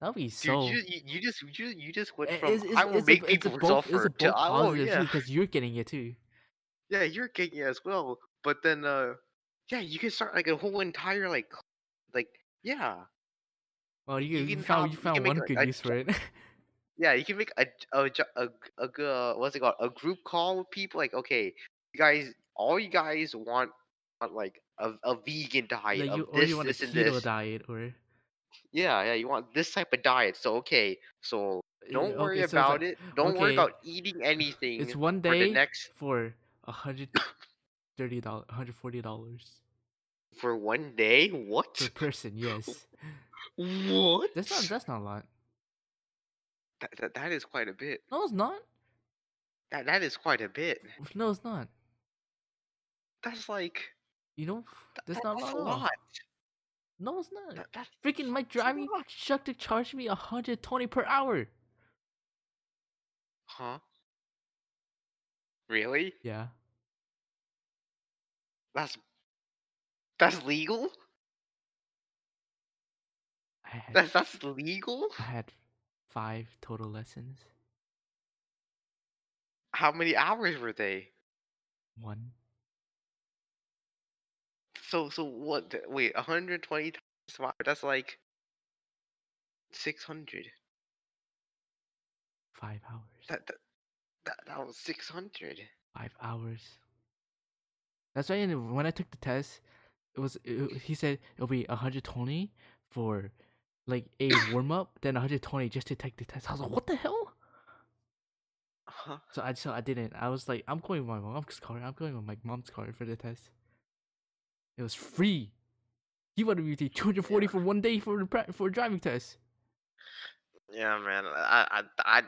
Speaker 1: That'll be so.
Speaker 2: Dude, you, just- you, you just you just you just went
Speaker 1: I-
Speaker 2: from I will
Speaker 1: a-
Speaker 2: make
Speaker 1: it's a
Speaker 2: people
Speaker 1: both,
Speaker 2: suffer
Speaker 1: it's a
Speaker 2: to
Speaker 1: both
Speaker 2: I will
Speaker 1: positive
Speaker 2: yeah
Speaker 1: because you're getting it too.
Speaker 2: yeah you're getting it as well. But then uh yeah you can start like a whole entire like cl- like yeah
Speaker 1: Well, you,
Speaker 2: You
Speaker 1: you
Speaker 2: can
Speaker 1: found
Speaker 2: have-
Speaker 1: you
Speaker 2: you
Speaker 1: found
Speaker 2: can make,
Speaker 1: one
Speaker 2: like,
Speaker 1: good
Speaker 2: a
Speaker 1: use for it.
Speaker 2: yeah you can make a a jo- a, g- a g- uh, what's it called a group call with people like okay you guys all you guys want want like a, a vegan diet
Speaker 1: like
Speaker 2: of
Speaker 1: you, or
Speaker 2: this
Speaker 1: you want a
Speaker 2: this and
Speaker 1: keto
Speaker 2: this
Speaker 1: diet or
Speaker 2: yeah yeah you want this type of diet so okay so don't
Speaker 1: okay,
Speaker 2: worry
Speaker 1: so it's like,
Speaker 2: about it don't worry
Speaker 1: okay,
Speaker 2: about eating anything
Speaker 1: It's one
Speaker 2: for the
Speaker 1: day
Speaker 2: next
Speaker 1: for a hundred thirty dollars, hundred forty dollars
Speaker 2: for one day
Speaker 1: per
Speaker 2: what
Speaker 1: person. Yes,
Speaker 2: What?
Speaker 1: that's not that's not a lot.
Speaker 2: That, that, that is quite a bit.
Speaker 1: No, it's not.
Speaker 2: That, that is quite a bit.
Speaker 1: No, it's not.
Speaker 2: That's like
Speaker 1: You know, that's
Speaker 2: that-
Speaker 1: not
Speaker 2: that's
Speaker 1: at
Speaker 2: a
Speaker 1: all.
Speaker 2: lot.
Speaker 1: No, it's not.
Speaker 2: That, that's
Speaker 1: Freaking my driving
Speaker 2: lot.
Speaker 1: truck to charge me hundred twenty per hour.
Speaker 2: huh? Really?
Speaker 1: Yeah,
Speaker 2: That's that's legal?
Speaker 1: had
Speaker 2: That's that's legal.
Speaker 1: I had five total lessons.
Speaker 2: How many hours were they?
Speaker 1: One.
Speaker 2: So so what? the- Wait, 120 times an hour. That's like 600.
Speaker 1: Five hours.
Speaker 2: That that that, that was 600.
Speaker 1: five hours. That's why in- when I took the test, it was it, he said it'll be 120 for like a warm up, then 120 just to take the test. I was like, what the hell?
Speaker 2: Huh?
Speaker 1: So I so I didn't. I was like, I'm going with my mom's car. I'm going with my mom's car for the test. It was free. He wanted me to pay 240 for one day for the pra- for a driving test.
Speaker 2: Yeah, man. I, I I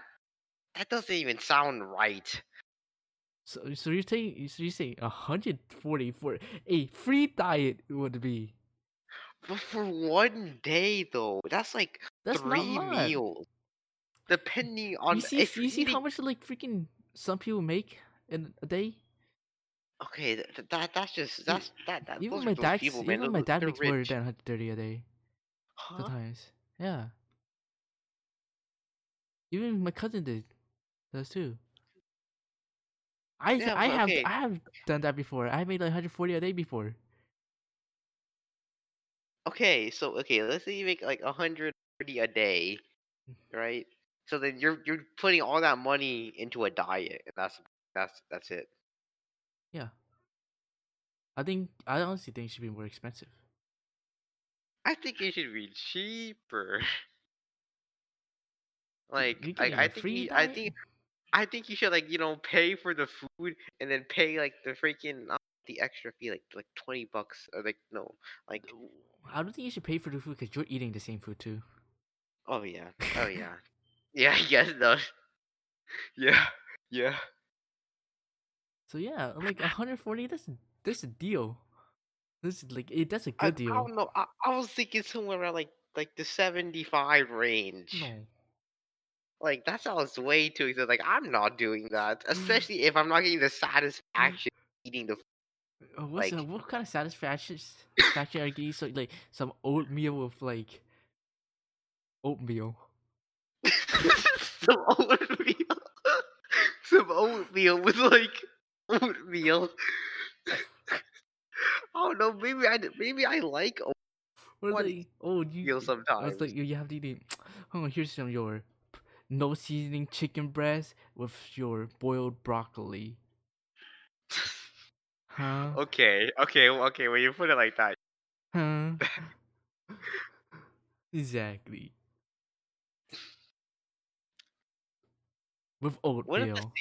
Speaker 2: that doesn't even sound right.
Speaker 1: So so you're saying so you're saying 140 for a free diet would be
Speaker 2: But for one day though, that's like
Speaker 1: that's
Speaker 2: three
Speaker 1: not much.
Speaker 2: meals. Depending on
Speaker 1: you see,
Speaker 2: if
Speaker 1: you see how
Speaker 2: eating-
Speaker 1: much like freaking some people make in a day.
Speaker 2: Okay, th- th- that that's just that's that that those
Speaker 1: E Even
Speaker 2: are
Speaker 1: my
Speaker 2: those
Speaker 1: dad,
Speaker 2: people, man.
Speaker 1: even
Speaker 2: Those-
Speaker 1: my
Speaker 2: those-
Speaker 1: dad
Speaker 2: they're
Speaker 1: makes more
Speaker 2: rich.
Speaker 1: than 130 a day
Speaker 2: Huh?
Speaker 1: sometimes. Yeah. Even my cousin did, does too. I
Speaker 2: Yeah,
Speaker 1: I
Speaker 2: but
Speaker 1: have
Speaker 2: okay.
Speaker 1: I have done that before. I made like 140 a day before.
Speaker 2: Okay, so okay, let's say you make like 130 a day,
Speaker 1: Mm.
Speaker 2: right? So then you're you're putting all that money into a diet, and that's that's that's it.
Speaker 1: I think I honestly think it should be more expensive.
Speaker 2: I think it should be cheaper. like
Speaker 1: you
Speaker 2: like
Speaker 1: getting
Speaker 2: I
Speaker 1: a
Speaker 2: think
Speaker 1: free
Speaker 2: you, I
Speaker 1: diet?
Speaker 2: think I think you should like you know pay for the food and then pay like the freaking uh, the extra fee like like 20 bucks or like no like
Speaker 1: I don't think you should pay for the food because you're eating the same food too.
Speaker 2: oh yeah oh yeah yeah yes no yeah yeah
Speaker 1: So yeah, like 140. That's a- that's a deal. This is like it. That's a good
Speaker 2: I,
Speaker 1: deal.
Speaker 2: I don't know. I, I was thinking somewhere around like like the seventy five range.
Speaker 1: No.
Speaker 2: Like that sounds way too expensive. Like I'm not doing that, especially if I'm not getting the satisfaction of eating the.
Speaker 1: Uh, What's
Speaker 2: Like-
Speaker 1: uh, what kind of satisfaction satisfaction are you getting? So like some oatmeal with like oatmeal.
Speaker 2: some oatmeal, some oatmeal with like oatmeal. I don't know. Maybe I d- maybe I like
Speaker 1: Or
Speaker 2: What
Speaker 1: like oh you
Speaker 2: oatmeal
Speaker 1: it's
Speaker 2: sometimes.
Speaker 1: like you, you have to eat. it. Oh here's some your p- no seasoning chicken breast with your boiled broccoli. Huh?
Speaker 2: Oh. okay, okay, well, okay. When you put it like that,
Speaker 1: Huh? exactly. With
Speaker 2: What if the
Speaker 1: oatmeal.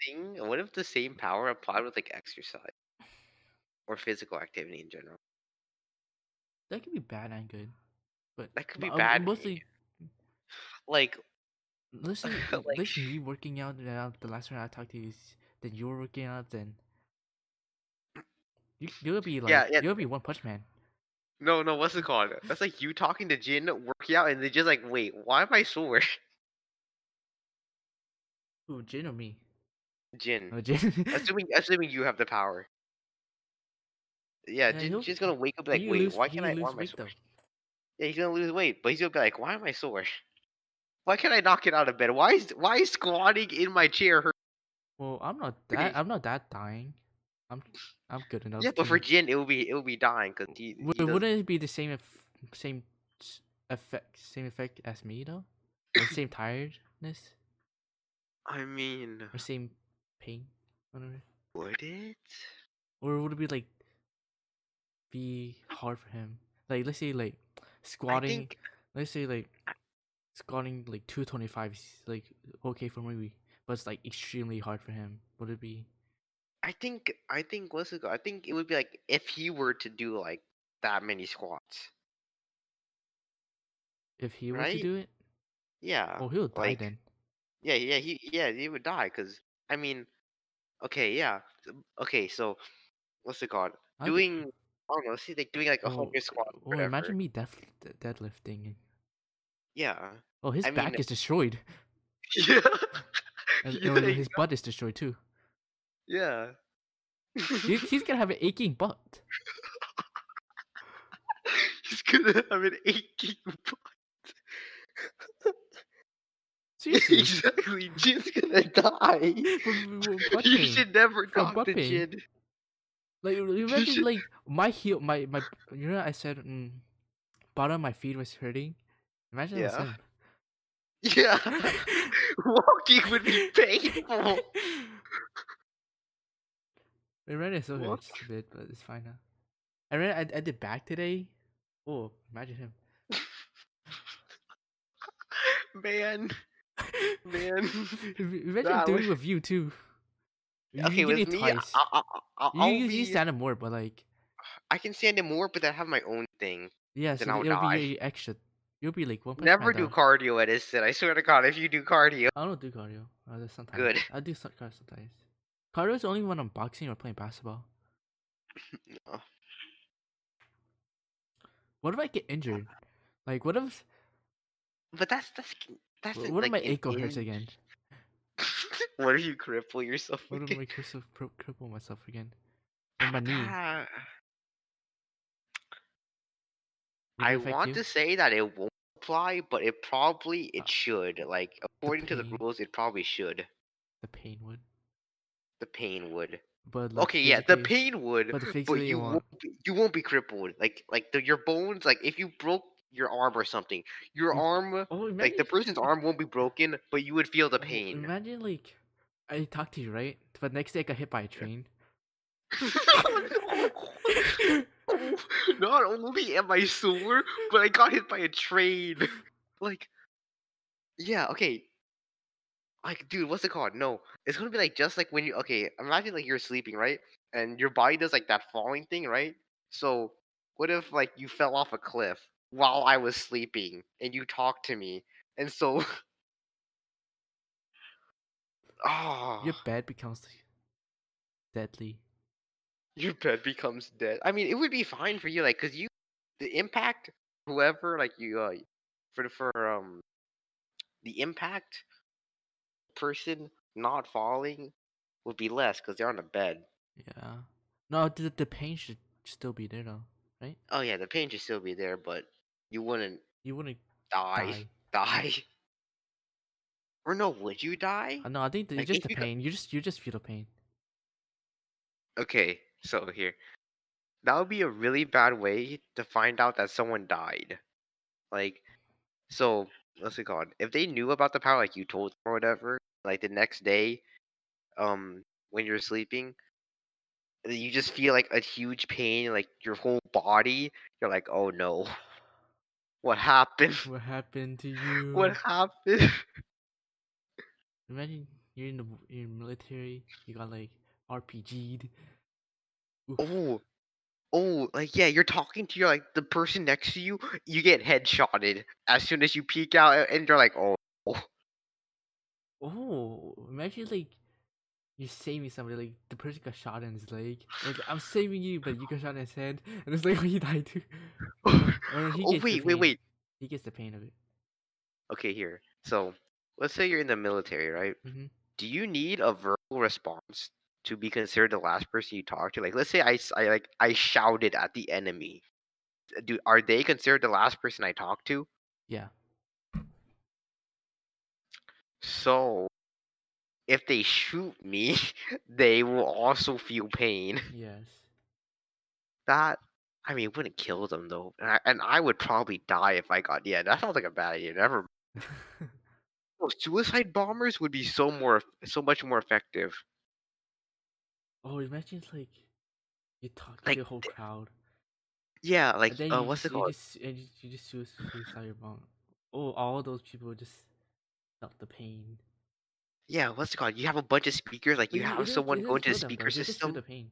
Speaker 2: same thing? What if the same power applied with like exercise or physical activity in general?
Speaker 1: That could be bad and good. But
Speaker 2: That could be
Speaker 1: but, uh,
Speaker 2: bad and
Speaker 1: mostly
Speaker 2: Like,
Speaker 1: Listen,
Speaker 2: Like-
Speaker 1: listen, me working out and out the last time I talked to you, is- then you were working out, then you you'll be like
Speaker 2: Yeah, yeah.
Speaker 1: you'll be one punch man.
Speaker 2: no, no, what's it called? That's like you talking to Jin, working out, and they're just like, wait, why am I sore?
Speaker 1: Ooh, Jin or me?
Speaker 2: Mm. Jin,
Speaker 1: No, Jin.
Speaker 2: assuming assuming you have the power. Yeah,
Speaker 1: Yeah,
Speaker 2: Jin,
Speaker 1: he'll-
Speaker 2: Jin's gonna wake up
Speaker 1: Then
Speaker 2: like,
Speaker 1: you
Speaker 2: wait,
Speaker 1: lose-
Speaker 2: why
Speaker 1: then
Speaker 2: can't
Speaker 1: you
Speaker 2: I?
Speaker 1: lose
Speaker 2: Why am I
Speaker 1: weight,
Speaker 2: sore?
Speaker 1: though.
Speaker 2: Yeah, he's gonna lose weight, but he's gonna be like, why am I sore? Why can't I not get out of bed? Why is why is squatting in my chair hurt?
Speaker 1: Well, I'm not
Speaker 2: Okay.
Speaker 1: that I'm not that dying. I'm I'm good enough.
Speaker 2: Yeah, but for
Speaker 1: to-
Speaker 2: Jin, it will be it will be dying because he,
Speaker 1: Wou-
Speaker 2: he does
Speaker 1: wouldn't it be the same eff- same s- effect same effect as me though? Or same tiredness
Speaker 2: I mean,
Speaker 1: or same pain, whatever.
Speaker 2: would it?
Speaker 1: or would it be like be hard for him? Like let's say like squatting,
Speaker 2: I think
Speaker 1: let's say like squatting like two twenty five is like okay for me, but it's like extremely hard for him. Would it be?
Speaker 2: I think I think what's it called? I think it would be like if he were to do like that many squats.
Speaker 1: If he were
Speaker 2: Right?
Speaker 1: to do it,
Speaker 2: Yeah.
Speaker 1: oh, he'll die
Speaker 2: like-
Speaker 1: then.
Speaker 2: Yeah, yeah, he yeah, he would die cuz I mean, okay, yeah. so- Okay, so what's it called?
Speaker 1: I'd-
Speaker 2: Doing I don't know, see like doing like a
Speaker 1: oh,
Speaker 2: hundred squats.
Speaker 1: oh,
Speaker 2: whatever.
Speaker 1: imagine me death, de- deadlifting. And,
Speaker 2: Yeah.
Speaker 1: oh, his
Speaker 2: I mean,
Speaker 1: back is destroyed,
Speaker 2: Yeah.
Speaker 1: and,
Speaker 2: Yeah,
Speaker 1: and his butt is destroyed too.
Speaker 2: yeah.
Speaker 1: He, he's gonna have an aching butt.
Speaker 2: He's gonna have an aching butt.
Speaker 1: person.
Speaker 2: exactly. Jin's gonna die.
Speaker 1: But- but what
Speaker 2: you
Speaker 1: thing?
Speaker 2: should never
Speaker 1: From
Speaker 2: talk to
Speaker 1: Buttpin.
Speaker 2: Jin.
Speaker 1: Like imagine
Speaker 2: should-
Speaker 1: like my heel my my you know I said mm, bottom of my feet was hurting. Imagine it was
Speaker 2: Yeah.
Speaker 1: him.
Speaker 2: Yeah. Walking would be painful.
Speaker 1: I ran it so
Speaker 2: What?
Speaker 1: much a bit, but it's fine now. I ran I, I did back today. Oh, imagine him.
Speaker 2: Man. Man.
Speaker 1: Im- imagine
Speaker 2: Nah,
Speaker 1: doing
Speaker 2: we-
Speaker 1: with you too. You,
Speaker 2: okay,
Speaker 1: you did
Speaker 2: with
Speaker 1: it
Speaker 2: me, I,
Speaker 1: twice.
Speaker 2: I, I,
Speaker 1: you,
Speaker 2: I'll
Speaker 1: you,
Speaker 2: be,
Speaker 1: you stand up more, but like
Speaker 2: I can stand it more, but I have my own thing.
Speaker 1: yeah, so
Speaker 2: Then I'll
Speaker 1: it'll
Speaker 2: die.
Speaker 1: be a extra. You'll be like one. punch man
Speaker 2: Never do
Speaker 1: down.
Speaker 2: cardio at Isid. I swear to God, if you do cardio,
Speaker 1: I don't do cardio. I do sometimes.
Speaker 2: Good.
Speaker 1: I do some cardio sometimes. Cardio is only when I'm boxing or playing basketball.
Speaker 2: No.
Speaker 1: What if I get injured? Like, what if
Speaker 2: but that's that's that's
Speaker 1: wh-
Speaker 2: in,
Speaker 1: what if my
Speaker 2: like, in-
Speaker 1: ankle hurts
Speaker 2: in-
Speaker 1: again?
Speaker 2: what if you cripple yourself?
Speaker 1: What if I
Speaker 2: again?
Speaker 1: cripple, pro- cripple myself again? Or my knee?
Speaker 2: Ah,
Speaker 1: Would it
Speaker 2: I
Speaker 1: affect
Speaker 2: want
Speaker 1: you?
Speaker 2: to say that it won't apply, but it probably
Speaker 1: Uh,
Speaker 2: it should. Like according to the
Speaker 1: pain.
Speaker 2: rules, it probably should.
Speaker 1: the pain would,
Speaker 2: The pain would.
Speaker 1: but like,
Speaker 2: Okay, yeah, the
Speaker 1: physically-
Speaker 2: pain would,
Speaker 1: But
Speaker 2: but,
Speaker 1: the physically
Speaker 2: you
Speaker 1: you
Speaker 2: won't.
Speaker 1: won't.
Speaker 2: be- you won't be crippled. Like like the, your bones. Like if you broke your arm or something, your
Speaker 1: Mm.
Speaker 2: arm.
Speaker 1: Oh, imagine,
Speaker 2: Like the person's arm won't be broken, but you would feel the
Speaker 1: oh,
Speaker 2: pain.
Speaker 1: Imagine like I talk to you right, but next day I got hit by a train.
Speaker 2: No, no. Not only am I sore, but I got hit by a train. Like, yeah, okay. Like, dude, what's it called? No, it's gonna be like just like when you okay. Imagine like you're sleeping, right? And your body does like that falling thing, right? So, what if like you fell off a cliff while I was sleeping and you talked to me, and so, ah,
Speaker 1: Your bed becomes deadly.
Speaker 2: your bed becomes dead. I mean, it would be fine for you, like, cause you, the impact, whoever, like you, uh, for the- for um, the impact person not falling would be less because they're on a bed.
Speaker 1: Yeah. No, the, the pain should still be there though.
Speaker 2: Oh yeah, the pain should still be there, but you wouldn't
Speaker 1: You wouldn't
Speaker 2: die.
Speaker 1: die.
Speaker 2: Die. Or no, would you die?
Speaker 1: Uh, No, I think it's
Speaker 2: Like,
Speaker 1: just
Speaker 2: if
Speaker 1: the
Speaker 2: you got-
Speaker 1: pain. You just you just feel the pain.
Speaker 2: Okay, so here, that would be a really bad way to find out that someone died. Like, so what's it called? If they knew about the power, like you told them or whatever, like the next day, um, when you're sleeping, and you just feel like a huge pain, like your whole body. You're like, oh no, what happened?
Speaker 1: What happened to you?
Speaker 2: What happened?
Speaker 1: Imagine you're in the w- you're in military. You got like RPG'd. Oof.
Speaker 2: Oh, oh, like yeah, you're talking to your like the person next to you. You get headshotted as soon as you peek out, a- and you're like, oh,
Speaker 1: Oh, imagine like you're saving somebody. Like the person got shot in his leg. Like I'm saving you, but you got shot in his head, and it's like oh, he died too.
Speaker 2: oh,
Speaker 1: Or he gets the
Speaker 2: wait, wait,
Speaker 1: pain.
Speaker 2: wait.
Speaker 1: He gets the pain of it.
Speaker 2: Okay, here. So let's say you're in the military, right?
Speaker 1: Mhm.
Speaker 2: Do you need a verbal response to be considered the last person you talk to? Like, let's say I, s- I, like I shouted at the enemy. Uh, Do are they considered the last person I talked to?
Speaker 1: Yeah.
Speaker 2: So if they shoot me, they will also feel pain.
Speaker 1: Yes.
Speaker 2: that I mean, it wouldn't kill them though, and I, and I would probably die if I got. Yeah, that sounds like a bad idea. Never. Oh, suicide bombers would be so more, eff- so much more effective.
Speaker 1: oh, imagine it's like you talk to
Speaker 2: Like,
Speaker 1: the whole
Speaker 2: th-
Speaker 1: crowd.
Speaker 2: Yeah,
Speaker 1: and
Speaker 2: like
Speaker 1: then
Speaker 2: uh,
Speaker 1: you
Speaker 2: what's it
Speaker 1: just, you
Speaker 2: called?
Speaker 1: Just, and you, you just suicide your bomb. Oh, all those people just felt the pain.
Speaker 2: Yeah, what's it called? You have a bunch of speakers. Like
Speaker 1: But
Speaker 2: you
Speaker 1: you- it
Speaker 2: have
Speaker 1: doesn't-
Speaker 2: someone
Speaker 1: it
Speaker 2: go
Speaker 1: doesn't
Speaker 2: into the
Speaker 1: kill them, though,
Speaker 2: speaker
Speaker 1: they just feel
Speaker 2: system.
Speaker 1: the pain,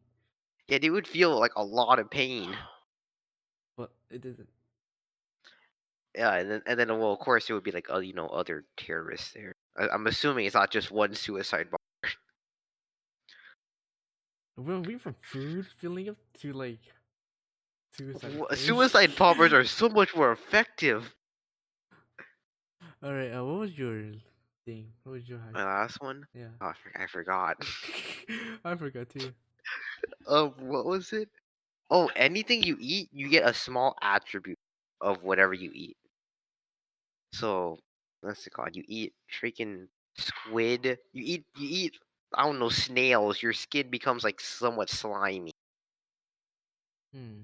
Speaker 2: Yeah, they would feel like a lot of pain.
Speaker 1: but it doesn't.
Speaker 2: Yeah, and then and then well, of course, it would be like oh, you know, other terrorists there. I, I'm assuming it's not just one suicide bomb.
Speaker 1: When we from food filling up to like suicide.
Speaker 2: Wha-
Speaker 1: pain.
Speaker 2: Suicide bombers are so much more effective.
Speaker 1: All right. Uh, what was your thing? What was your high?
Speaker 2: My Uh, last one.
Speaker 1: yeah.
Speaker 2: Oh, I for- I forgot.
Speaker 1: I forgot too.
Speaker 2: Um, what was it? Oh, anything you eat, you get a small attribute of whatever you eat. So what's it called? You eat freaking squid. You eat you eat I don't know snails. Your skin becomes like somewhat slimy.
Speaker 1: Hmm.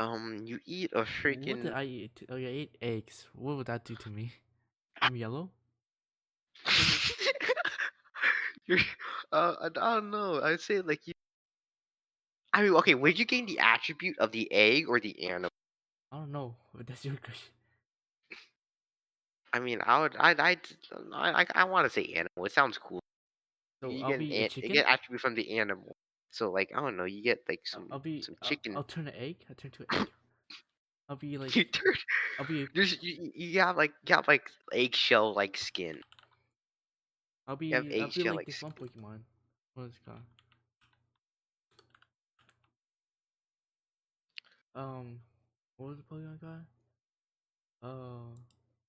Speaker 2: Um, you eat a
Speaker 1: What did
Speaker 2: freaking
Speaker 1: I eat? Okay, I ate eggs. What would that do to me? I'm yellow.
Speaker 2: You're, uh, I I don't know. I'd say like you. I mean, okay. Would you gain the attribute of the egg or the animal?
Speaker 1: I don't know. But that's your question.
Speaker 2: I mean, I would. I. I. I. I, I want to say animal. It sounds cool.
Speaker 1: So
Speaker 2: you
Speaker 1: I'll
Speaker 2: get an
Speaker 1: be
Speaker 2: an-
Speaker 1: a
Speaker 2: you
Speaker 1: chicken.
Speaker 2: get attribute from the animal. So like I don't know. You get like some
Speaker 1: I'll be
Speaker 2: some
Speaker 1: I'll,
Speaker 2: chicken.
Speaker 1: I'll turn an egg. I'll turn to an egg. I'll be like
Speaker 2: you turn.
Speaker 1: I'll be a-
Speaker 2: There's- You, you you have like you have like eggshell like skin.
Speaker 1: I'll be
Speaker 2: have
Speaker 1: I'll be
Speaker 2: eggshell
Speaker 1: like
Speaker 2: like
Speaker 1: this one Pokemon. What is it called? Um, what was the Pokemon called? Uh,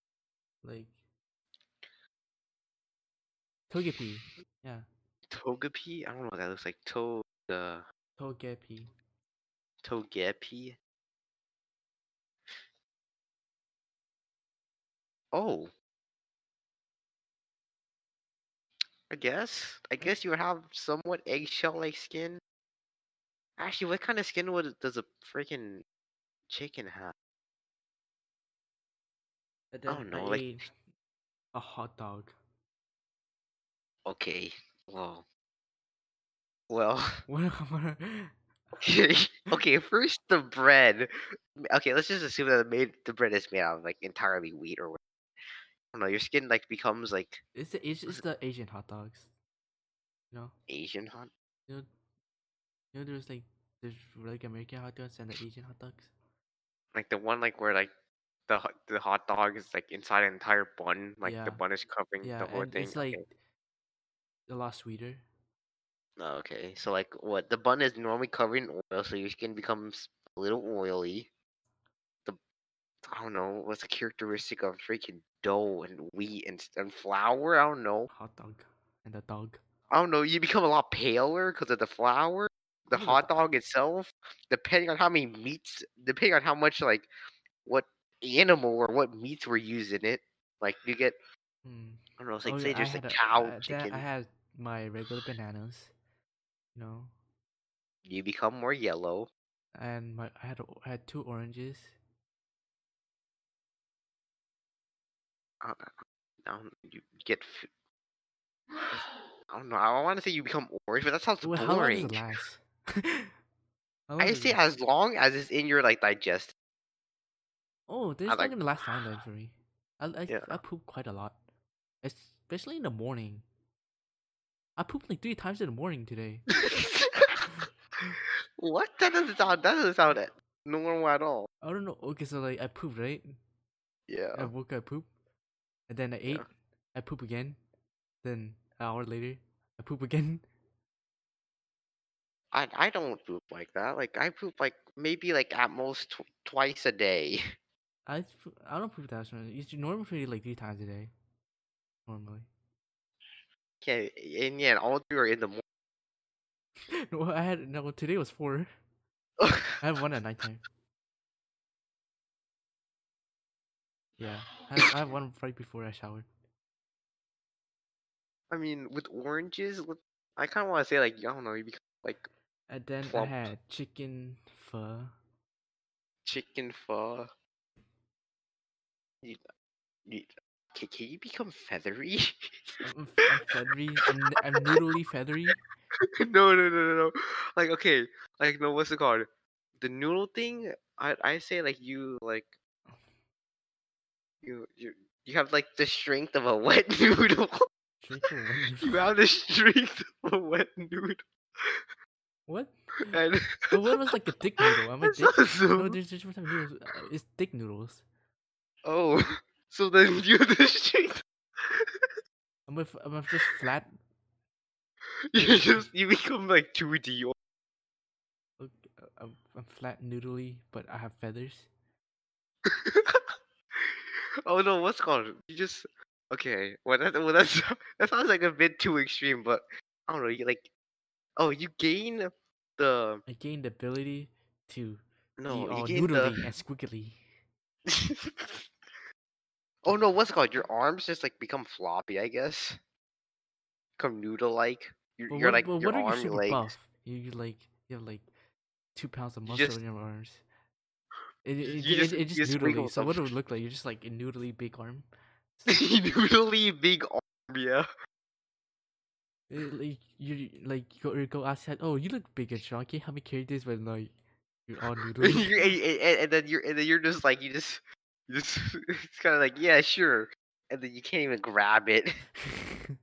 Speaker 1: like Togepi. Yeah,
Speaker 2: Togepi. I don't know what that looks like. To uh, the
Speaker 1: Togepi.
Speaker 2: Togepi. Oh. I guess. I guess you would have somewhat eggshell-like skin. Actually, what kind of skin would does a freaking chicken have?
Speaker 1: And
Speaker 2: I
Speaker 1: then
Speaker 2: don't know, like-
Speaker 1: ate Oh, a hot dog.
Speaker 2: Okay. Well. Well.
Speaker 1: What? what-
Speaker 2: Okay. okay. First, the bread. M- Okay, let's just assume that it made the bread is made out of like entirely wheat or. what- I don't know. Your skin like becomes like
Speaker 1: It's the it's, it's the Asian hot dogs. You know,
Speaker 2: Asian hot.
Speaker 1: you know, you know. There's like there's like American hot dogs and the Asian hot dogs.
Speaker 2: like the one like where like the ho- the hot dog is like inside an entire bun, like
Speaker 1: Yeah.
Speaker 2: the bun is covering
Speaker 1: Yeah,
Speaker 2: the whole
Speaker 1: and
Speaker 2: thing.
Speaker 1: it's like
Speaker 2: okay.
Speaker 1: a lot sweeter.
Speaker 2: Oh, okay, so like what the bun is normally covered in oil, so your skin becomes a little oily. The I don't know what's a characteristic of freaking dough and wheat and s- and flour. I don't know.
Speaker 1: Hot dog and the dog.
Speaker 2: I don't know. You become a lot paler because of the flour. The
Speaker 1: Ooh, the
Speaker 2: hot
Speaker 1: do-
Speaker 2: dog itself, depending on how many meats, depending on how much like what animal or what meats were used in it, like you get
Speaker 1: Mm.
Speaker 2: I don't know. It's
Speaker 1: Oh yeah,
Speaker 2: like say
Speaker 1: I
Speaker 2: there's like
Speaker 1: had a,
Speaker 2: cow,
Speaker 1: I, that,
Speaker 2: chicken.
Speaker 1: I had my regular bananas, you know,
Speaker 2: You become more yellow.
Speaker 1: and my I had o- I had two oranges.
Speaker 2: I don't, I don't, you get. f- I don't know. I want to say you become orange, but that sounds
Speaker 1: Well, how long does
Speaker 2: boring.
Speaker 1: it last? How long
Speaker 2: I
Speaker 1: does it
Speaker 2: say
Speaker 1: last?
Speaker 2: as long as it's in your like digest.
Speaker 1: Oh, this
Speaker 2: I
Speaker 1: is not
Speaker 2: like-
Speaker 1: gonna last long then for me. I I,
Speaker 2: Yeah.
Speaker 1: I poop quite a lot, especially in the morning. I pooped like three times in the morning today.
Speaker 2: what? That doesn't sound. That doesn't sound at- normal at all.
Speaker 1: I don't know. Okay, so like I pooped right.
Speaker 2: Yeah.
Speaker 1: I woke up poop, and then I ate. I poop again. Then an hour later, I poop again.
Speaker 2: I I don't poop like that. Like I poop like maybe like at most tw- twice a day.
Speaker 1: I f- I don't poop that much. It's normally for me, like three times a day. Normally,
Speaker 2: Okay, and yeah, all three are in the morning.
Speaker 1: well, I had no. Today was four. I had one at nighttime. Yeah, I had, I had one right before I showered.
Speaker 2: I mean, with oranges, what- I kind of want to say like I don't know. You become like
Speaker 1: And then I
Speaker 2: Plump.
Speaker 1: had chicken pho.
Speaker 2: chicken pho. You, you, can, can you become feathery?
Speaker 1: I'm, I'm feathery. I'm, I'm noodly feathery.
Speaker 2: no, no, no, no, no. Like okay, like no, what's it called? The noodle thing. I I say like you like you you you have like the strength of a wet noodle.
Speaker 1: Drink a wet
Speaker 2: you
Speaker 1: noodle.
Speaker 2: have the strength of a wet noodle.
Speaker 1: What?
Speaker 2: And
Speaker 1: But what was like a thick noodle? I'm a
Speaker 2: That's
Speaker 1: dick. No,
Speaker 2: awesome.
Speaker 1: there's different type of noodles. Uh, It's thick noodles.
Speaker 2: Oh, so then you have the strength
Speaker 1: I'm a, f- I'm a just flat.
Speaker 2: you just you become like 2D. or-
Speaker 1: look, uh, I'm, I'm flat noodly, but I have feathers.
Speaker 2: Oh no, what's it called? You just okay. Well, that well that's that sounds like a bit too extreme, but I don't know. You like oh, you gain the
Speaker 1: I gained the ability to be
Speaker 2: no, you
Speaker 1: all
Speaker 2: gain
Speaker 1: noodly
Speaker 2: the
Speaker 1: and squiggly.
Speaker 2: Oh no, what's it called? Your arms just like become floppy, I guess. Come noodle like. You're,
Speaker 1: But
Speaker 2: you're
Speaker 1: what,
Speaker 2: like
Speaker 1: but
Speaker 2: your
Speaker 1: what are
Speaker 2: arm,
Speaker 1: you
Speaker 2: your
Speaker 1: super
Speaker 2: legs.
Speaker 1: buff? You, you like you have like two pounds of muscle
Speaker 2: just-
Speaker 1: in your arms. It it,
Speaker 2: you
Speaker 1: it,
Speaker 2: just-
Speaker 1: it,
Speaker 2: you
Speaker 1: just
Speaker 2: just wiggle
Speaker 1: noodly. So what
Speaker 2: them.
Speaker 1: it would look like? You're just like a noodly big arm.
Speaker 2: Noodly big arm, yeah.
Speaker 1: It, like you like you go, you go outside. Oh, you look big and strong. Can you help me carry this? But like you're all
Speaker 2: and,
Speaker 1: noodly.
Speaker 2: you- and- and- and then you're and then you're just like you just, you just it's kind of like yeah sure, and then you can't even grab it.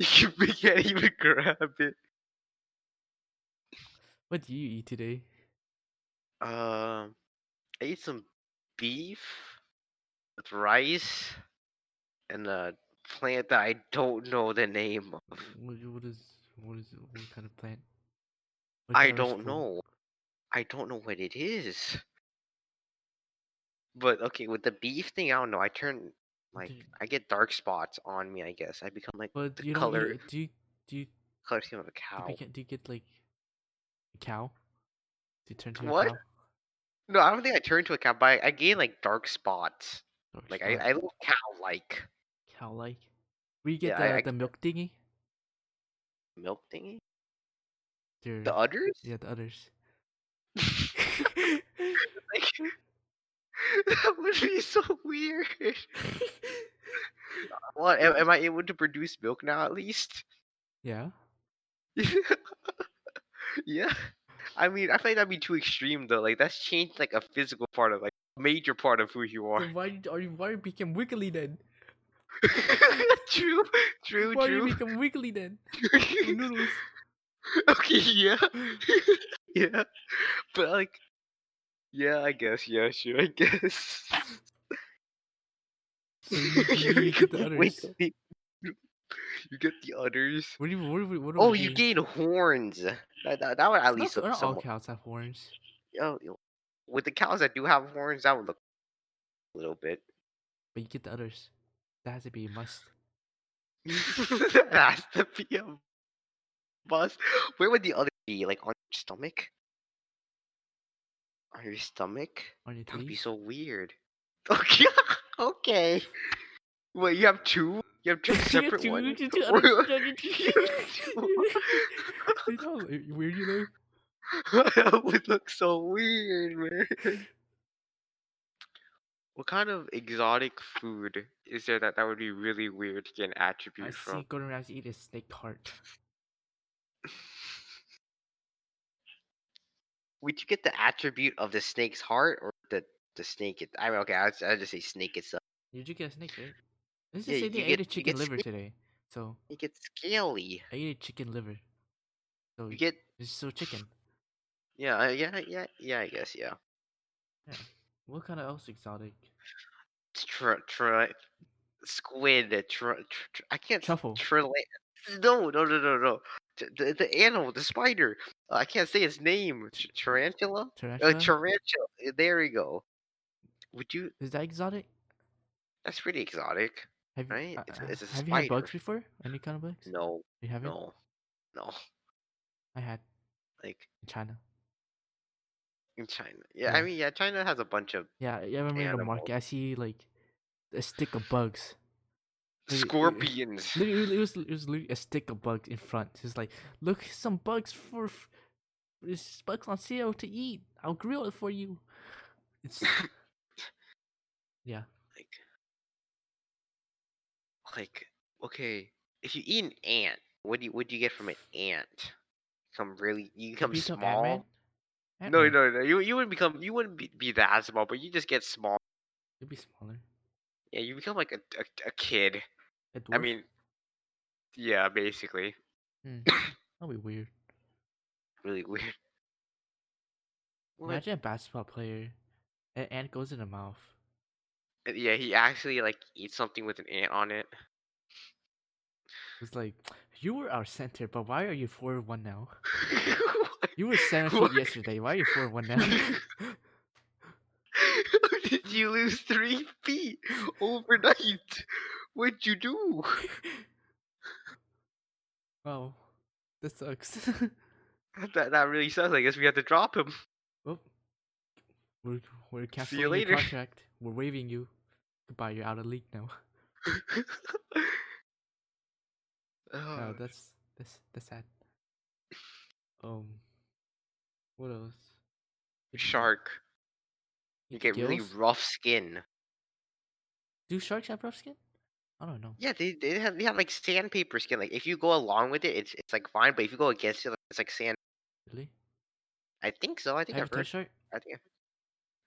Speaker 2: You can't you can't even grab it.
Speaker 1: what do you eat today?
Speaker 2: Um, I ate some beef with rice and a plant that I don't know the name of.
Speaker 1: What, what is what is what kind of plant? What
Speaker 2: I
Speaker 1: kind of
Speaker 2: don't
Speaker 1: vegetable?
Speaker 2: know. I don't know what it is. But okay, with the beef thing, I don't know. I turn like
Speaker 1: Dude.
Speaker 2: I get dark spots on me. I guess I become like
Speaker 1: But
Speaker 2: the
Speaker 1: you don't
Speaker 2: color-
Speaker 1: eat- do you do you
Speaker 2: color scheme of a
Speaker 1: do you,
Speaker 2: cow.
Speaker 1: beca- do you get like a cow? Do you turn to
Speaker 2: What?
Speaker 1: a cow?
Speaker 2: No, I don't think I turn into a cow, but I, I gain like dark spots.
Speaker 1: Dark
Speaker 2: Like I,
Speaker 1: spot.
Speaker 2: I look cow-like.
Speaker 1: cow like. We get
Speaker 2: Yeah,
Speaker 1: the,
Speaker 2: I- I-
Speaker 1: the milk thingy.
Speaker 2: Milk thingy.
Speaker 1: They're-
Speaker 2: The udders.
Speaker 1: Mm-hmm. yeah, the others.
Speaker 2: Like, that would be so weird. What am, am I able to produce milk now? At least,
Speaker 1: yeah.
Speaker 2: yeah. I mean, I feel like that'd be too extreme though. Like that's changed like a physical part of like a major part of who you are.
Speaker 1: Then why are you why you become wiggly then?
Speaker 2: true, true,
Speaker 1: Why you
Speaker 2: true.
Speaker 1: become wiggly then? Your noodles.
Speaker 2: okay, yeah, yeah. But like, yeah, I guess. Yeah, sure, I guess.
Speaker 1: So you, get- you, you get the others.
Speaker 2: wiggly. You get the udders.
Speaker 1: What do you what do we what do
Speaker 2: Oh,
Speaker 1: we
Speaker 2: you
Speaker 1: do?
Speaker 2: gain horns. That, that, that would at
Speaker 1: Not-
Speaker 2: least look
Speaker 1: not all
Speaker 2: somewhat.
Speaker 1: cows have horns.
Speaker 2: Oh, you- with the cows that do have horns, that would look a little bit.
Speaker 1: But you get the others. That has to be a must.
Speaker 2: that has to be a bus. Where would the other be? Like on your stomach? On your stomach?
Speaker 1: On your
Speaker 2: That would be
Speaker 1: teeth.
Speaker 2: so weird. Okay. okay. Wait, you have two? You have two
Speaker 1: You get
Speaker 2: separate
Speaker 1: two-
Speaker 2: ones?
Speaker 1: you get two
Speaker 2: Wait,
Speaker 1: others,
Speaker 2: wait,
Speaker 1: you get
Speaker 2: you have
Speaker 1: two- Is that
Speaker 2: two-
Speaker 1: weird, weird, you know?
Speaker 2: that would look so weird, man. What kind of exotic food is there that that would be really weird to get an attribute
Speaker 1: I
Speaker 2: from?
Speaker 1: see Gordon Ramsay eat a snake heart.
Speaker 2: Would you get the attribute of the snake's heart or the the snake? It, I mean, okay, I I just say snake itself.
Speaker 1: Did you get a snake, right? Let's just
Speaker 2: Yeah,
Speaker 1: say
Speaker 2: you
Speaker 1: they
Speaker 2: get-
Speaker 1: ate a
Speaker 2: you get
Speaker 1: chicken liver
Speaker 2: snake-
Speaker 1: today. So
Speaker 2: You get scaly.
Speaker 1: I ate a chicken liver. So
Speaker 2: You get
Speaker 1: it's still chicken.
Speaker 2: yeah, uh, yeah, yeah, yeah. I guess yeah.
Speaker 1: What kind of else exotic?
Speaker 2: Uh, Tr tr squid. Tr, tr, tr I can't. s-
Speaker 1: Truffle.
Speaker 2: Trila- no, no, no, no, no. T- The, the animal, the spider. Uh, I can't say its name. T- tarantula. Uh,
Speaker 1: Tarantula?
Speaker 2: tarantula. uh, There we go. Would you?
Speaker 1: Is that exotic?
Speaker 2: That's pretty exotic,
Speaker 1: Have you,
Speaker 2: right?
Speaker 1: uh,
Speaker 2: It's,
Speaker 1: uh,
Speaker 2: a- it's a
Speaker 1: have
Speaker 2: spider.
Speaker 1: you had bugs before? Any kind of bugs?
Speaker 2: No,
Speaker 1: You haven't?
Speaker 2: no, no.
Speaker 1: I had
Speaker 2: Like
Speaker 1: in China.
Speaker 2: In China. Yeah, I
Speaker 1: Yeah.
Speaker 2: mean, yeah, China has a bunch of
Speaker 1: Yeah, yeah, I remember in the market.
Speaker 2: Animal.
Speaker 1: I see like a stick of bugs. Like, it- it-
Speaker 2: scorpions.
Speaker 1: Literally, it was it was literally a stick of bugs in front. It's like, look, some bugs for, f- there's bugs on sale to eat. I'll grill it for you. It's yeah.
Speaker 2: like, like, okay, if you eat an ant, what do you what do you get from an ant? Become really, you
Speaker 1: Did
Speaker 2: become
Speaker 1: you become
Speaker 2: small.
Speaker 1: Ant-Man?
Speaker 2: No,
Speaker 1: Ant-Man,
Speaker 2: no, no. You you wouldn't become you wouldn't be, be that small, but you just get small.
Speaker 1: You'd be smaller.
Speaker 2: Yeah, you become like a a, a kid.
Speaker 1: A
Speaker 2: I
Speaker 1: dwarf?
Speaker 2: mean, yeah, basically,
Speaker 1: that'd be weird.
Speaker 2: really weird. What?
Speaker 1: Imagine a basketball player, an ant goes in the mouth.
Speaker 2: Uh, Yeah, he actually like eats something with an ant on it.
Speaker 1: It's like, you were our center, but why are you four one now?
Speaker 2: What?
Speaker 1: You were seven
Speaker 2: What?
Speaker 1: foot yesterday. Why are you four one now?
Speaker 2: Did you lose three feet overnight? What'd you do?
Speaker 1: wow, that sucks.
Speaker 2: That that really sucks. I guess we have to drop him.
Speaker 1: well, we're we're canceling
Speaker 2: later.
Speaker 1: your contract. We're waiving you. Goodbye, you're out of league now.
Speaker 2: oh,
Speaker 1: No, that's that's that's sad. Um, what else? If you
Speaker 2: shark. You
Speaker 1: eat
Speaker 2: get really
Speaker 1: gills-
Speaker 2: rough skin.
Speaker 1: Do sharks have rough skin? I don't know.
Speaker 2: Yeah, they they have, they have like sandpaper skin. Like if you go along with it, it's it's like fine. But if you go against it, like, it's like sand.
Speaker 1: Really?
Speaker 2: I think so. I think
Speaker 1: Have you
Speaker 2: I've heard.
Speaker 1: touched shark?
Speaker 2: I think. I-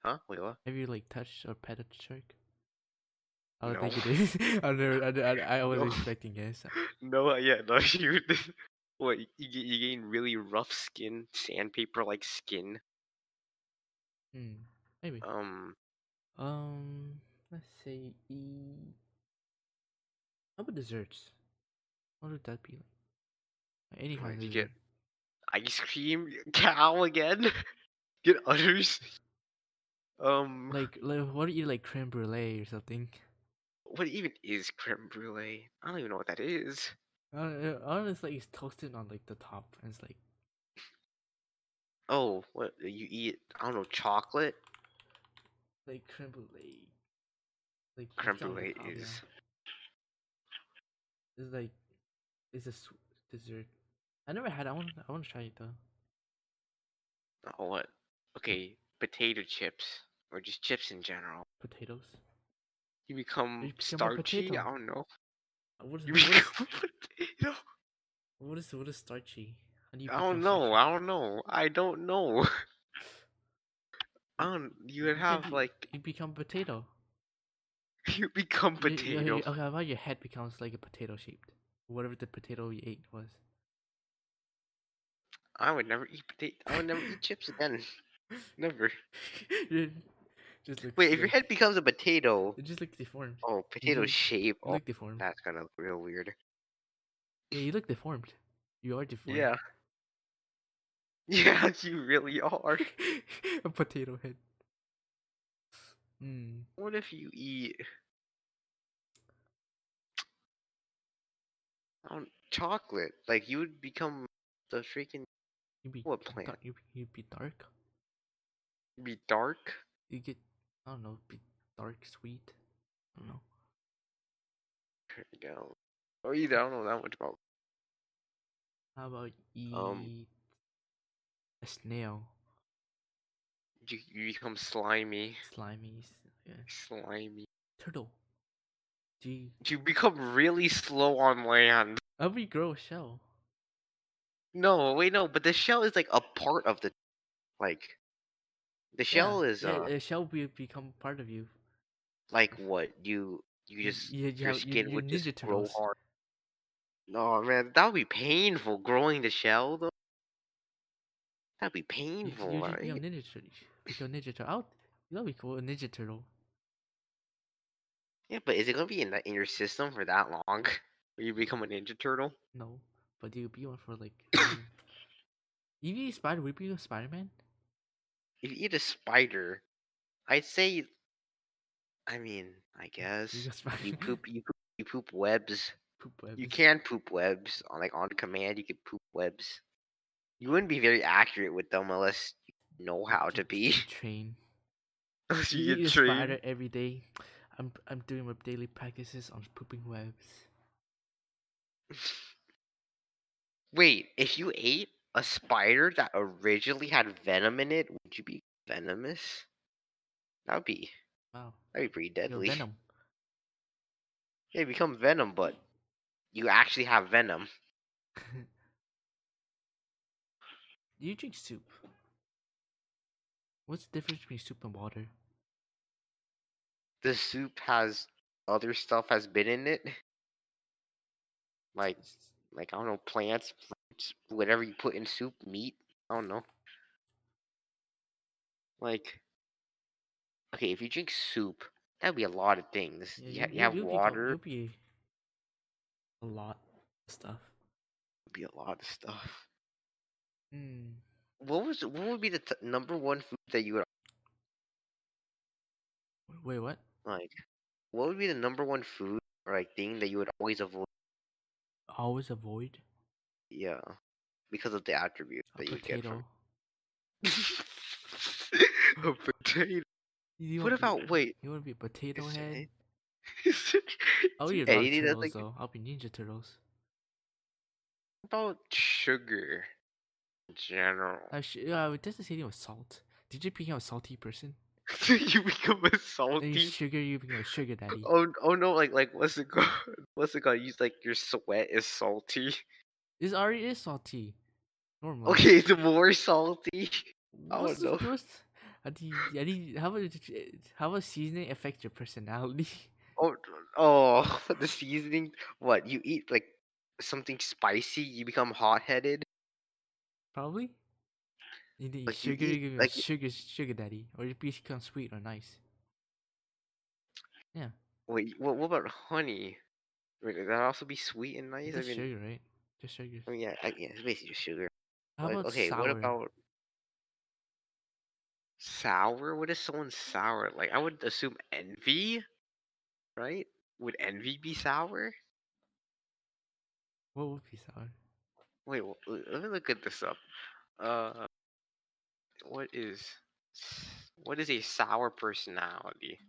Speaker 2: Huh? Wait, what?
Speaker 1: Have you like touched or petted a shark? I don't
Speaker 2: No.
Speaker 1: think it is. I never. I, I, I was
Speaker 2: No.
Speaker 1: expecting yes.
Speaker 2: No, uh, yeah, no. You what? You get you gain really rough skin, sandpaper like skin.
Speaker 1: Hmm. Maybe.
Speaker 2: Um,
Speaker 1: Um. Let's say. E- How about desserts? What would that be like? Any
Speaker 2: Oh,
Speaker 1: kind of
Speaker 2: you get-
Speaker 1: dessert.
Speaker 2: ice cream cow again. get udders. Um,
Speaker 1: Like, like, what do you like? Creme brulee or something?
Speaker 2: what even is creme brulee? I don't even know what that is.
Speaker 1: I don't know, I don't know, it's like it's toasted on like the top, and it's like
Speaker 2: Oh, what you eat? I don't know, chocolate.
Speaker 1: like creme brulee. Like
Speaker 2: Creme
Speaker 1: toasted on the
Speaker 2: brulee
Speaker 1: top, yeah.
Speaker 2: is.
Speaker 1: It's like it's a sw- dessert. I never had. I want. I want to try it though.
Speaker 2: Oh, what? Okay, potato chips or just chips in general.
Speaker 1: Potatoes.
Speaker 2: You become
Speaker 1: You become a
Speaker 2: starchy.
Speaker 1: potato.
Speaker 2: I don't know.
Speaker 1: Uh, What is,
Speaker 2: You
Speaker 1: what, is,
Speaker 2: become a potato.
Speaker 1: what is what is starchy? How do
Speaker 2: I don't
Speaker 1: become
Speaker 2: know.
Speaker 1: starchy?
Speaker 2: I don't know. I don't know. I don't. You
Speaker 1: You
Speaker 2: would have
Speaker 1: think-
Speaker 2: like
Speaker 1: You become potato.
Speaker 2: you become
Speaker 1: You- you- you- uh
Speaker 2: potato.
Speaker 1: okay, how about your head becomes like a potato shaped? Whatever the potato you ate was.
Speaker 2: I would never eat potato. I would never eat chips again. Never.
Speaker 1: Your- just looks
Speaker 2: Wait, if
Speaker 1: weird.
Speaker 2: your head becomes a potato,
Speaker 1: It Mm-hmm. just looks deformed.
Speaker 2: oh, potato
Speaker 1: look-
Speaker 2: shape.
Speaker 1: You
Speaker 2: Oh,
Speaker 1: look deformed.
Speaker 2: that's gonna look real weird.
Speaker 1: Yeah, you look deformed. You are deformed.
Speaker 2: Yeah. Yeah, you really are.
Speaker 1: a potato head. Hmm.
Speaker 2: What if you eat? I don't um, chocolate. Like you would become the freaking
Speaker 1: You be
Speaker 2: What
Speaker 1: you
Speaker 2: plant?
Speaker 1: dar- You you be dark.
Speaker 2: be dark.
Speaker 1: You get I don't know. Be dark sweet. I don't know.
Speaker 2: There you go. Or either I don't know that much about.
Speaker 1: How about eat
Speaker 2: Um,
Speaker 1: a snail?
Speaker 2: You, you become slimy,
Speaker 1: Slimy. s- Yeah.
Speaker 2: slimy.
Speaker 1: Turtle. Gee,
Speaker 2: You become really slow on land.
Speaker 1: how we grow a shell?
Speaker 2: No, wait, no. But the shell is like a part of the, like, the shell
Speaker 1: Yeah,
Speaker 2: is
Speaker 1: yeah,
Speaker 2: uh,
Speaker 1: a shell will become part of you.
Speaker 2: like what you you
Speaker 1: Y-
Speaker 2: just
Speaker 1: you- you
Speaker 2: your
Speaker 1: have- you-
Speaker 2: skin
Speaker 1: you
Speaker 2: would
Speaker 1: Ninja
Speaker 2: just grow
Speaker 1: Turtles.
Speaker 2: hard. No man, that would be painful. Growing the shell though, that'd be
Speaker 1: You,
Speaker 2: painful,
Speaker 1: you,
Speaker 2: right?
Speaker 1: you have ninja turtle. Become ninja turtle. Out. That'd be cool. A ninja turtle.
Speaker 2: Yeah, but is it gonna be in that in your system for that long? Will you become a ninja turtle?
Speaker 1: No, but you be one for like. um, you be spider. Would you be Spider Man?
Speaker 2: If you eat a spider, I'd say. I mean, I guess
Speaker 1: You Spider
Speaker 2: you poop. You poop, you poop webs.
Speaker 1: poop
Speaker 2: You
Speaker 1: webs.
Speaker 2: can poop webs on like on command. You could poop webs. You wouldn't be very accurate with them unless you know how to be.
Speaker 1: Train.
Speaker 2: Unless
Speaker 1: You
Speaker 2: get
Speaker 1: eat a
Speaker 2: trained.
Speaker 1: spider every day. I'm I'm doing my daily practices on pooping webs.
Speaker 2: Wait, if you ate a spider that originally had venom in it, would you be venomous? That would be
Speaker 1: Wow.
Speaker 2: that'd be pretty
Speaker 1: You're
Speaker 2: deadly.
Speaker 1: venom.
Speaker 2: Yeah, you become venom, but you actually have venom.
Speaker 1: Do you drink soup? What's the difference between soup and water?
Speaker 2: The soup has other stuff has been in it. Like
Speaker 1: S-
Speaker 2: like I don't know, plants, fruits, whatever you put in soup, meat. I don't know. Like okay, if you drink soup, that'd be a lot of things.
Speaker 1: yeah,
Speaker 2: you, ha- you have
Speaker 1: you'll become-
Speaker 2: water.
Speaker 1: you'll be a lot of stuff.
Speaker 2: be a lot of stuff.
Speaker 1: Hmm.
Speaker 2: What was what would be the t- number one food that you would
Speaker 1: Wait, what?
Speaker 2: like? What would be the number one food or like thing that you would always avoid?
Speaker 1: Always avoid
Speaker 2: Yeah, because of the attribute
Speaker 1: a
Speaker 2: that you get
Speaker 1: potato.
Speaker 2: from a potato.
Speaker 1: You
Speaker 2: What
Speaker 1: wanna be-
Speaker 2: about wait?
Speaker 1: You want to be a potato
Speaker 2: Is it-
Speaker 1: head? Oh, I'll eat
Speaker 2: Hey,
Speaker 1: Rock
Speaker 2: you need that
Speaker 1: Turtles
Speaker 2: thing-
Speaker 1: though. I'll be Ninja Turtles.
Speaker 2: about sugar in general?
Speaker 1: I should. Uh, this is eating with salt. Did you become a salty person?
Speaker 2: you become a
Speaker 1: And you
Speaker 2: salty.
Speaker 1: sugar, you become a sugar daddy.
Speaker 2: Oh, oh no! Like, like, what's it called? What's it called? You like your sweat is salty.
Speaker 1: This already is salty. Normal.
Speaker 2: Okay, it's more salty. I
Speaker 1: What's
Speaker 2: don't
Speaker 1: the
Speaker 2: know.
Speaker 1: worst? I think, I think, how about how about seasoning affect your personality?
Speaker 2: Oh, oh, the seasoning. What you eat like something spicy, you become hot-headed.
Speaker 1: Probably. You think
Speaker 2: Like, you
Speaker 1: sugar,
Speaker 2: eat-
Speaker 1: you give
Speaker 2: like, you-
Speaker 1: sugar, sugar daddy, or you become sweet or nice.
Speaker 2: Wait, what? What about honey? Wait, Would that also be sweet and nice?
Speaker 1: It's
Speaker 2: I
Speaker 1: just
Speaker 2: mean,
Speaker 1: sugar, right? Just sugar.
Speaker 2: I mean, yeah, I, yeah, it's basically just sugar.
Speaker 1: How
Speaker 2: like,
Speaker 1: about
Speaker 2: okay,
Speaker 1: sour?
Speaker 2: what about sour? What is someone sour? Like, I would assume envy, right? Would envy be sour?
Speaker 1: What would be sour?
Speaker 2: Wait, w- w- let me look at this up. Uh, what is s- what is a sour personality?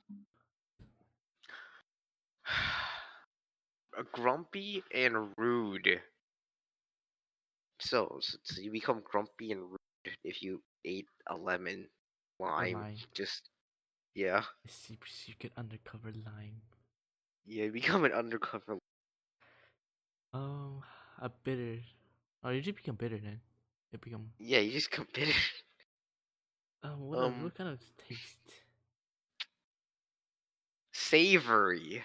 Speaker 2: A grumpy and rude. So, s- so you become grumpy and rude if you ate a lemon, lime,
Speaker 1: lime.
Speaker 2: just yeah,
Speaker 1: A secret, secret undercover line.
Speaker 2: yeah. You become an undercover.
Speaker 1: Um, a bitter. Oh, you just become bitter then. You become.
Speaker 2: Yeah, you just committed.
Speaker 1: Um, what, um,
Speaker 2: Um,
Speaker 1: what kind of taste?
Speaker 2: Savory.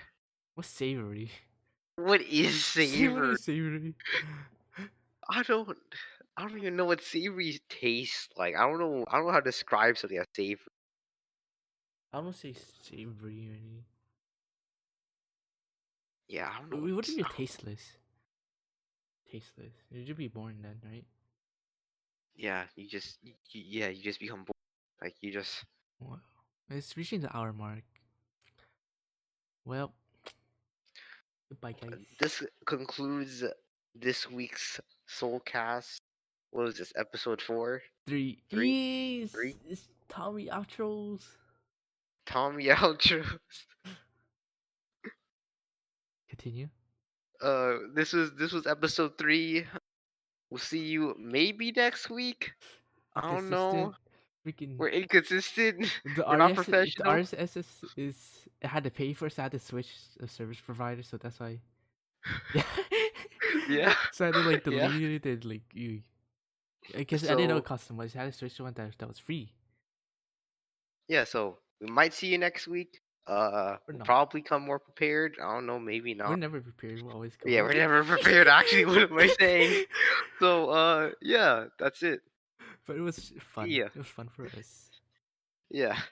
Speaker 1: What's savory?
Speaker 2: What is savory?
Speaker 1: Savory, savory.
Speaker 2: I don't. I don't even know what savory tastes like. I don't know. I don't know how to describe something as savory.
Speaker 1: I don't say savory or anything.
Speaker 2: Yeah, I don't know.
Speaker 1: We
Speaker 2: what
Speaker 1: wouldn't
Speaker 2: s-
Speaker 1: be tasteless. Tasteless. You'd just be born then, right?
Speaker 2: Yeah, you just. You, yeah, you just become bored. Like you just.
Speaker 1: Wow. It's reaching the hour mark. Well, goodbye, guys.
Speaker 2: Uh, This concludes this week's Soulcast. What was this episode four?
Speaker 1: Three.
Speaker 2: three-
Speaker 1: Yes,
Speaker 2: three.
Speaker 1: It's Tommy outros.
Speaker 2: Tommy outros.
Speaker 1: Continue.
Speaker 2: Uh, this was this was episode three. We'll see you maybe next week. I don't know.
Speaker 1: Freaking.
Speaker 2: We're inconsistent.
Speaker 1: the
Speaker 2: we're not
Speaker 1: RSS
Speaker 2: professional.
Speaker 1: The RSS is it had to pay for, it, so I had to switch a service provider, so that's why.
Speaker 2: yeah.
Speaker 1: So I had to like
Speaker 2: Yeah.
Speaker 1: delete it and like you. I guess I didn't know it
Speaker 2: So-
Speaker 1: cost so much. I had to switch to one that, that was free.
Speaker 2: yeah, so we might see you next week. Uh,
Speaker 1: Or
Speaker 2: we'll
Speaker 1: not.
Speaker 2: probably come more prepared. I don't know, maybe
Speaker 1: We're
Speaker 2: not.
Speaker 1: never prepared. We're always
Speaker 2: yeah, we're
Speaker 1: going.
Speaker 2: never prepared. Actually, what am I saying? So, uh, yeah, that's it.
Speaker 1: But it was fun.
Speaker 2: ya.
Speaker 1: It was fun for us.
Speaker 2: Yeah.